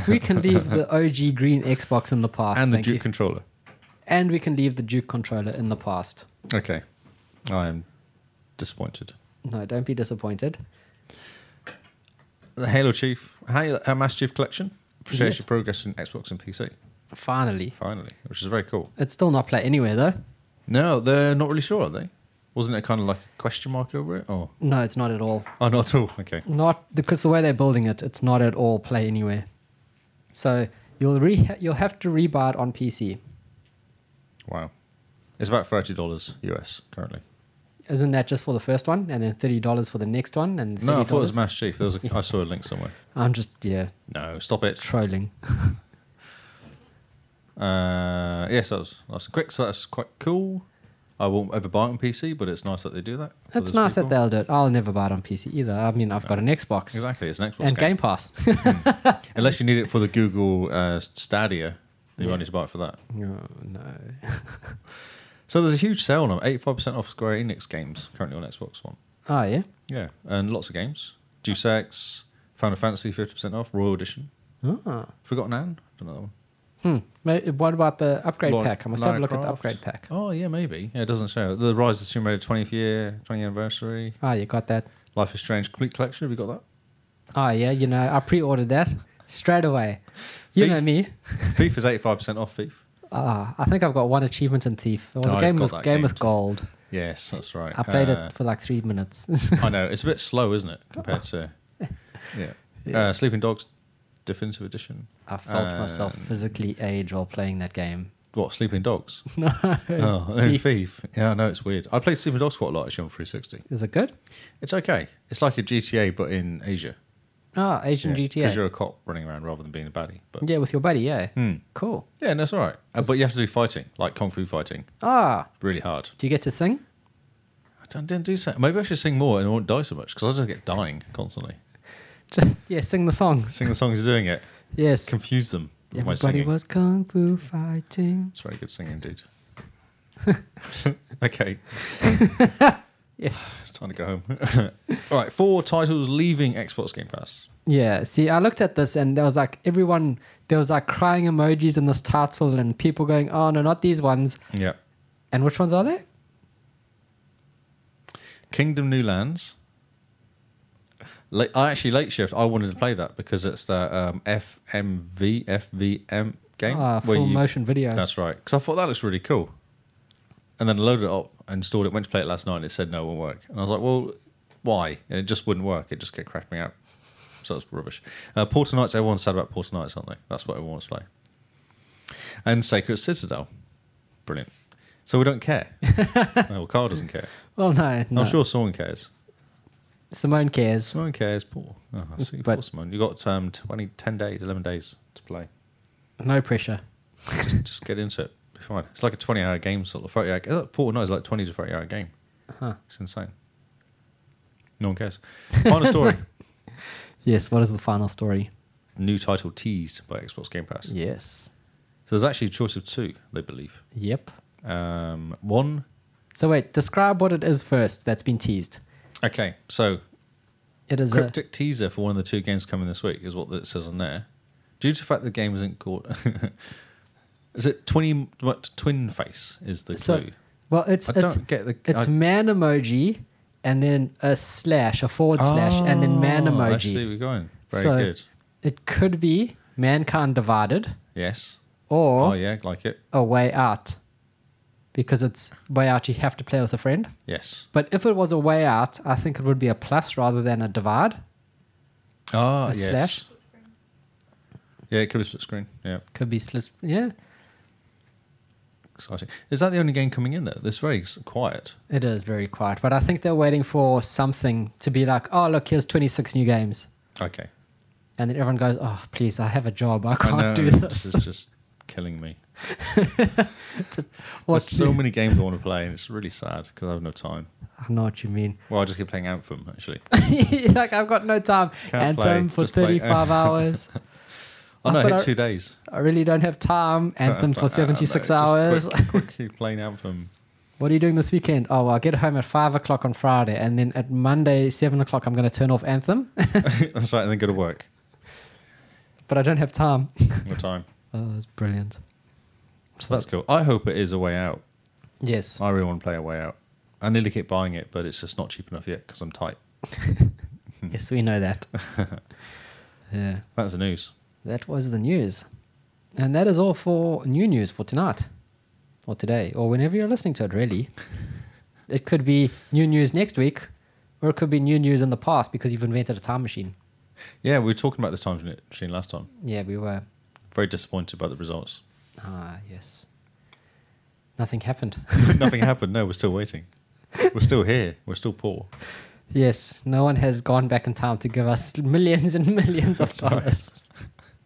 [SPEAKER 1] we can leave the OG green Xbox in the past.
[SPEAKER 2] And
[SPEAKER 1] Ah,
[SPEAKER 2] the
[SPEAKER 1] thank
[SPEAKER 2] Duke
[SPEAKER 1] you.
[SPEAKER 2] controller.
[SPEAKER 1] and we can leave the Duke controller in the past.
[SPEAKER 2] Okay, I am disappointed.
[SPEAKER 1] No, don't be disappointed.
[SPEAKER 2] The Halo Chief, Halo, uh, Master Chief Collection shows
[SPEAKER 1] Yes.
[SPEAKER 2] your progress in Xbox and PC.
[SPEAKER 1] Finally.
[SPEAKER 2] Finally, which is very cool.
[SPEAKER 1] It's still not play anywhere though.
[SPEAKER 2] No, they're not really sure, are they? Wasn't it kind of like a question mark over it? Or
[SPEAKER 1] No, it's not at all.
[SPEAKER 2] oh, not at all. Okay.
[SPEAKER 1] Not because the way they're building it, it's not at all play anywhere. So you'll re- you'll have to rebuy it on PC.
[SPEAKER 2] Wow. It's about thirty dollars US currently.
[SPEAKER 1] Isn't that just for the first one, and then thirty dollars for the next one, and $30?
[SPEAKER 2] No, I thought it was Master Chief. There was a, I saw a link somewhere.
[SPEAKER 1] I'm just yeah
[SPEAKER 2] No, stop it.
[SPEAKER 1] trolling.
[SPEAKER 2] Uh, yes, that was nice and quick. So that's quite cool. I won't ever buy it on PC, but it's nice that they do that. for
[SPEAKER 1] That's
[SPEAKER 2] those
[SPEAKER 1] nice
[SPEAKER 2] people.
[SPEAKER 1] that they'll do it. I'll never buy it on PC either. I mean, I've got an Xbox
[SPEAKER 2] exactly. It's an Xbox
[SPEAKER 1] and
[SPEAKER 2] game.
[SPEAKER 1] Game Pass.
[SPEAKER 2] unless you need it for the Google uh, Stadia. You might need to buy it for that.
[SPEAKER 1] no,
[SPEAKER 2] Hmm.
[SPEAKER 1] no.
[SPEAKER 2] So there's a huge sale on them. Eighty-five percent off Square Enix games currently on Xbox One.
[SPEAKER 1] Oh yeah.
[SPEAKER 2] Yeah, and lots of games. Deus Ex, Final Fantasy, fifty percent off Royal Edition.
[SPEAKER 1] Ah.
[SPEAKER 2] Forgotten Anne, don't know that one.
[SPEAKER 1] Hmm. Ma- What about the upgrade
[SPEAKER 2] Lara-
[SPEAKER 1] pack? I must have a
[SPEAKER 2] Lara
[SPEAKER 1] look at the
[SPEAKER 2] Croft.
[SPEAKER 1] upgrade pack.
[SPEAKER 2] Oh yeah, maybe. Yeah, it doesn't show. The Rise of Tomb Raider twentieth year, 20th anniversary.
[SPEAKER 1] Ah, you got that.
[SPEAKER 2] Life is Strange complete collection. Have you got that?
[SPEAKER 1] Oh yeah, you know, I pre-ordered that straight away. You
[SPEAKER 2] Thief.
[SPEAKER 1] know me.
[SPEAKER 2] Thief is eighty-five percent off Thief.
[SPEAKER 1] Ah, I think I've got one achievement in Thief. It was
[SPEAKER 2] Oh,
[SPEAKER 1] a
[SPEAKER 2] I've
[SPEAKER 1] game
[SPEAKER 2] got
[SPEAKER 1] with
[SPEAKER 2] that
[SPEAKER 1] game,
[SPEAKER 2] game
[SPEAKER 1] with
[SPEAKER 2] too.
[SPEAKER 1] gold.
[SPEAKER 2] Yes, that's right.
[SPEAKER 1] I played
[SPEAKER 2] Uh,
[SPEAKER 1] it for like three minutes.
[SPEAKER 2] I know it's a bit slow, isn't it, compared to yeah. Uh, Sleeping Dogs Definitive Edition.
[SPEAKER 1] I felt myself
[SPEAKER 2] Um,
[SPEAKER 1] physically age while playing that game.
[SPEAKER 2] What Sleeping Dogs?
[SPEAKER 1] No,
[SPEAKER 2] oh, and Thief. Yeah, I know it's weird. I played Sleeping Dogs quite a lot actually on 360.
[SPEAKER 1] is it good?
[SPEAKER 2] It's okay. It's like a GTA but in Asia.
[SPEAKER 1] Ah, Asian
[SPEAKER 2] Because
[SPEAKER 1] GTA.
[SPEAKER 2] you're a cop running around rather than being a baddie. But
[SPEAKER 1] yeah, with your buddy. Yeah,
[SPEAKER 2] Hmm.
[SPEAKER 1] cool.
[SPEAKER 2] yeah, no, it's all right. Uh, but you have to do fighting, like kung fu fighting,
[SPEAKER 1] Ah,
[SPEAKER 2] really hard.
[SPEAKER 1] do you get to sing?
[SPEAKER 2] I don't, didn't do so. Maybe I should sing more and I won't die so much because I just get dying constantly.
[SPEAKER 1] Just yeah, sing the songs.
[SPEAKER 2] Sing the songs doing it,
[SPEAKER 1] Yes.
[SPEAKER 2] confuse them with my
[SPEAKER 1] Everybody
[SPEAKER 2] singing.
[SPEAKER 1] was kung fu fighting.
[SPEAKER 2] It's very good singing, dude. okay.
[SPEAKER 1] Yes.
[SPEAKER 2] It's time to go home. All right, four titles leaving Xbox Game Pass.
[SPEAKER 1] Yeah. See, I looked at this and there was like everyone, there was like crying emojis in this title and people going, oh, no, not these ones.
[SPEAKER 2] Yeah.
[SPEAKER 1] And which ones are they?
[SPEAKER 2] Kingdom New Lands. Late, I actually late shift. I wanted to play that because it's the um, FMV FVM game.
[SPEAKER 1] Ah,
[SPEAKER 2] where
[SPEAKER 1] full
[SPEAKER 2] you-
[SPEAKER 1] motion video.
[SPEAKER 2] That's right. Because I thought that looks really cool, and then loaded it up, installed it, went to play it last night. and It said no, it won't work, and I was like, well, why? And it just wouldn't work. It just kept crashing out. So it's rubbish. Uh, Portal Knights. Everyone's sad about Portal Knights, aren't they? That's what everyone wants to play. And Sacred Citadel. Brilliant. So we don't care. no, Carl doesn't care.
[SPEAKER 1] Well, no, no.
[SPEAKER 2] I'm sure someone cares.
[SPEAKER 1] Simone cares.
[SPEAKER 2] Someone cares, Paul. Oh, I see.
[SPEAKER 1] But-
[SPEAKER 2] Paul Simone. You got um, 20, 10 days, 11 days to play.
[SPEAKER 1] No pressure.
[SPEAKER 2] Just, just get into it. Be fine. It's like a 20 hour game, sort of 30 hour game. Paul knows like 20 to 30 hour game.
[SPEAKER 1] Huh.
[SPEAKER 2] It's insane. No one cares. Final story.
[SPEAKER 1] Yes. What is the final story?
[SPEAKER 2] New title teased by Xbox Game Pass.
[SPEAKER 1] Yes.
[SPEAKER 2] So there's actually a choice of two, they believe.
[SPEAKER 1] Yep.
[SPEAKER 2] Um, one.
[SPEAKER 1] So wait, describe what it is first. That's been teased.
[SPEAKER 2] Okay, so
[SPEAKER 1] It is
[SPEAKER 2] cryptic teaser for one of the two games coming this week is what it says on there. Due to the fact the game isn't called, is it twin what twin face is the
[SPEAKER 1] a so.
[SPEAKER 2] clue?
[SPEAKER 1] Well, it's
[SPEAKER 2] I
[SPEAKER 1] it's
[SPEAKER 2] don't get the.
[SPEAKER 1] it's
[SPEAKER 2] I,
[SPEAKER 1] man emoji and then a slash, a forward slash, and then man
[SPEAKER 2] Oh, I see where
[SPEAKER 1] emoji.
[SPEAKER 2] we're going. Very
[SPEAKER 1] So-
[SPEAKER 2] good.
[SPEAKER 1] It could be mankind divided
[SPEAKER 2] Yes. Oh
[SPEAKER 1] or
[SPEAKER 2] yeah, like it.
[SPEAKER 1] a way out, because it's way out. You have to play with a friend.
[SPEAKER 2] Yes.
[SPEAKER 1] But if it was a way out, I think it would be a plus rather than a divide.
[SPEAKER 2] Ah,
[SPEAKER 1] A
[SPEAKER 2] yes.
[SPEAKER 1] slash?
[SPEAKER 2] Yeah, it could be split screen. Yeah,
[SPEAKER 1] Could be slis- yeah,
[SPEAKER 2] exciting. Is that the only game coming in though? It's very s- quiet.
[SPEAKER 1] it is very quiet. But I think they're waiting for something to be like, oh look, here's 26 new games.
[SPEAKER 2] Okay.
[SPEAKER 1] And then everyone goes, oh, please, I have a job. I
[SPEAKER 2] I
[SPEAKER 1] can't
[SPEAKER 2] know,
[SPEAKER 1] do
[SPEAKER 2] this
[SPEAKER 1] this.
[SPEAKER 2] is just killing me.
[SPEAKER 1] What
[SPEAKER 2] There's so many games I want to play, and it's really sad because I have no time.
[SPEAKER 1] I know what you mean.
[SPEAKER 2] Well, I just keep playing Anthem actually.
[SPEAKER 1] like, I've got no time.
[SPEAKER 2] Can't play,
[SPEAKER 1] Anthem for
[SPEAKER 2] just play.
[SPEAKER 1] 35 hours.
[SPEAKER 2] Oh no,
[SPEAKER 1] I
[SPEAKER 2] I hit
[SPEAKER 1] thought I-
[SPEAKER 2] two days.
[SPEAKER 1] I really don't have time. Anthem
[SPEAKER 2] Uh,
[SPEAKER 1] for
[SPEAKER 2] uh,
[SPEAKER 1] 76
[SPEAKER 2] no, just
[SPEAKER 1] hours.
[SPEAKER 2] Quick, quick, keep playing Anthem.
[SPEAKER 1] What are you doing this weekend? Oh, well, I get home at 5 o'clock on Friday. And then at Monday, 7 o'clock, I'm going to turn off Anthem.
[SPEAKER 2] That's right, and then go to work.
[SPEAKER 1] but I don't have time.
[SPEAKER 2] What time?
[SPEAKER 1] Oh, that's brilliant.
[SPEAKER 2] So that's cool. I hope it is a way out.
[SPEAKER 1] Yes.
[SPEAKER 2] I really want to play a way out. I nearly keep buying it, but it's just not cheap enough yet because I'm tight.
[SPEAKER 1] Yes, we know that. yeah.
[SPEAKER 2] That's the news.
[SPEAKER 1] That was the news. And that is all for new news for tonight or today or whenever you're listening to it, really. it could be new news next week or it could be new news in the past because you've invented a time machine.
[SPEAKER 2] Yeah, we were talking about this time machine last time.
[SPEAKER 1] Yeah, we were.
[SPEAKER 2] Very disappointed by the results.
[SPEAKER 1] Ah, yes. Nothing happened.
[SPEAKER 2] Nothing happened. No, we're still waiting. We're still here. We're still poor.
[SPEAKER 1] yes, no one has gone back in time to give us millions and millions of
[SPEAKER 2] That's right.
[SPEAKER 1] dollars.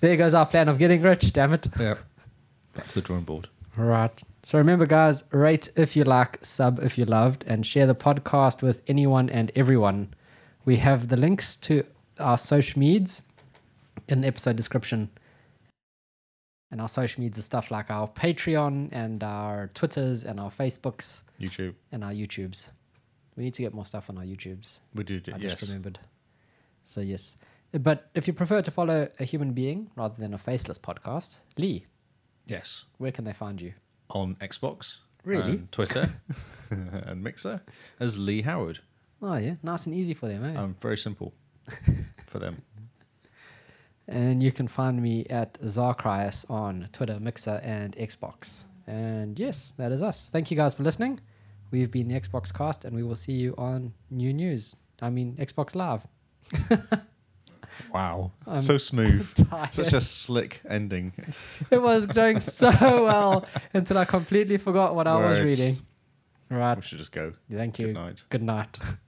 [SPEAKER 1] there goes our plan of getting rich, damn it.
[SPEAKER 2] Yeah. Back to the drawing board.
[SPEAKER 1] Right. So remember, guys, rate if you like, sub if you loved, and share the podcast with anyone and everyone. We have the links to our social medias in the episode description. And our social medias is stuff like our Patreon and our Twitters and our Facebooks
[SPEAKER 2] YouTube.
[SPEAKER 1] and our YouTubes. We need to get more stuff on our YouTubes.
[SPEAKER 2] We do. do
[SPEAKER 1] I
[SPEAKER 2] yes.
[SPEAKER 1] just remembered. So, yes. But if you prefer to follow a human being rather than a faceless podcast, Lee,
[SPEAKER 2] Yes.
[SPEAKER 1] where can they find you?
[SPEAKER 2] On Xbox.
[SPEAKER 1] Really?
[SPEAKER 2] And Twitter and Mixer as Lee Howard.
[SPEAKER 1] Oh yeah, nice and easy for them, eh?
[SPEAKER 2] Um, very simple for them.
[SPEAKER 1] and you can find me at Zarkryas on Twitter, Mixer, and Xbox. And yes, that is us. Thank you guys for listening. We've been the Xbox Cast, and we will see you on New News. I mean Xbox Live.
[SPEAKER 2] Wow. so smooth.
[SPEAKER 1] tired.
[SPEAKER 2] Such a slick ending.
[SPEAKER 1] It was going so well until I completely forgot what I was
[SPEAKER 2] Words.
[SPEAKER 1] reading. Right.
[SPEAKER 2] We should just go.
[SPEAKER 1] Thank you.
[SPEAKER 2] Good night.
[SPEAKER 1] Good night.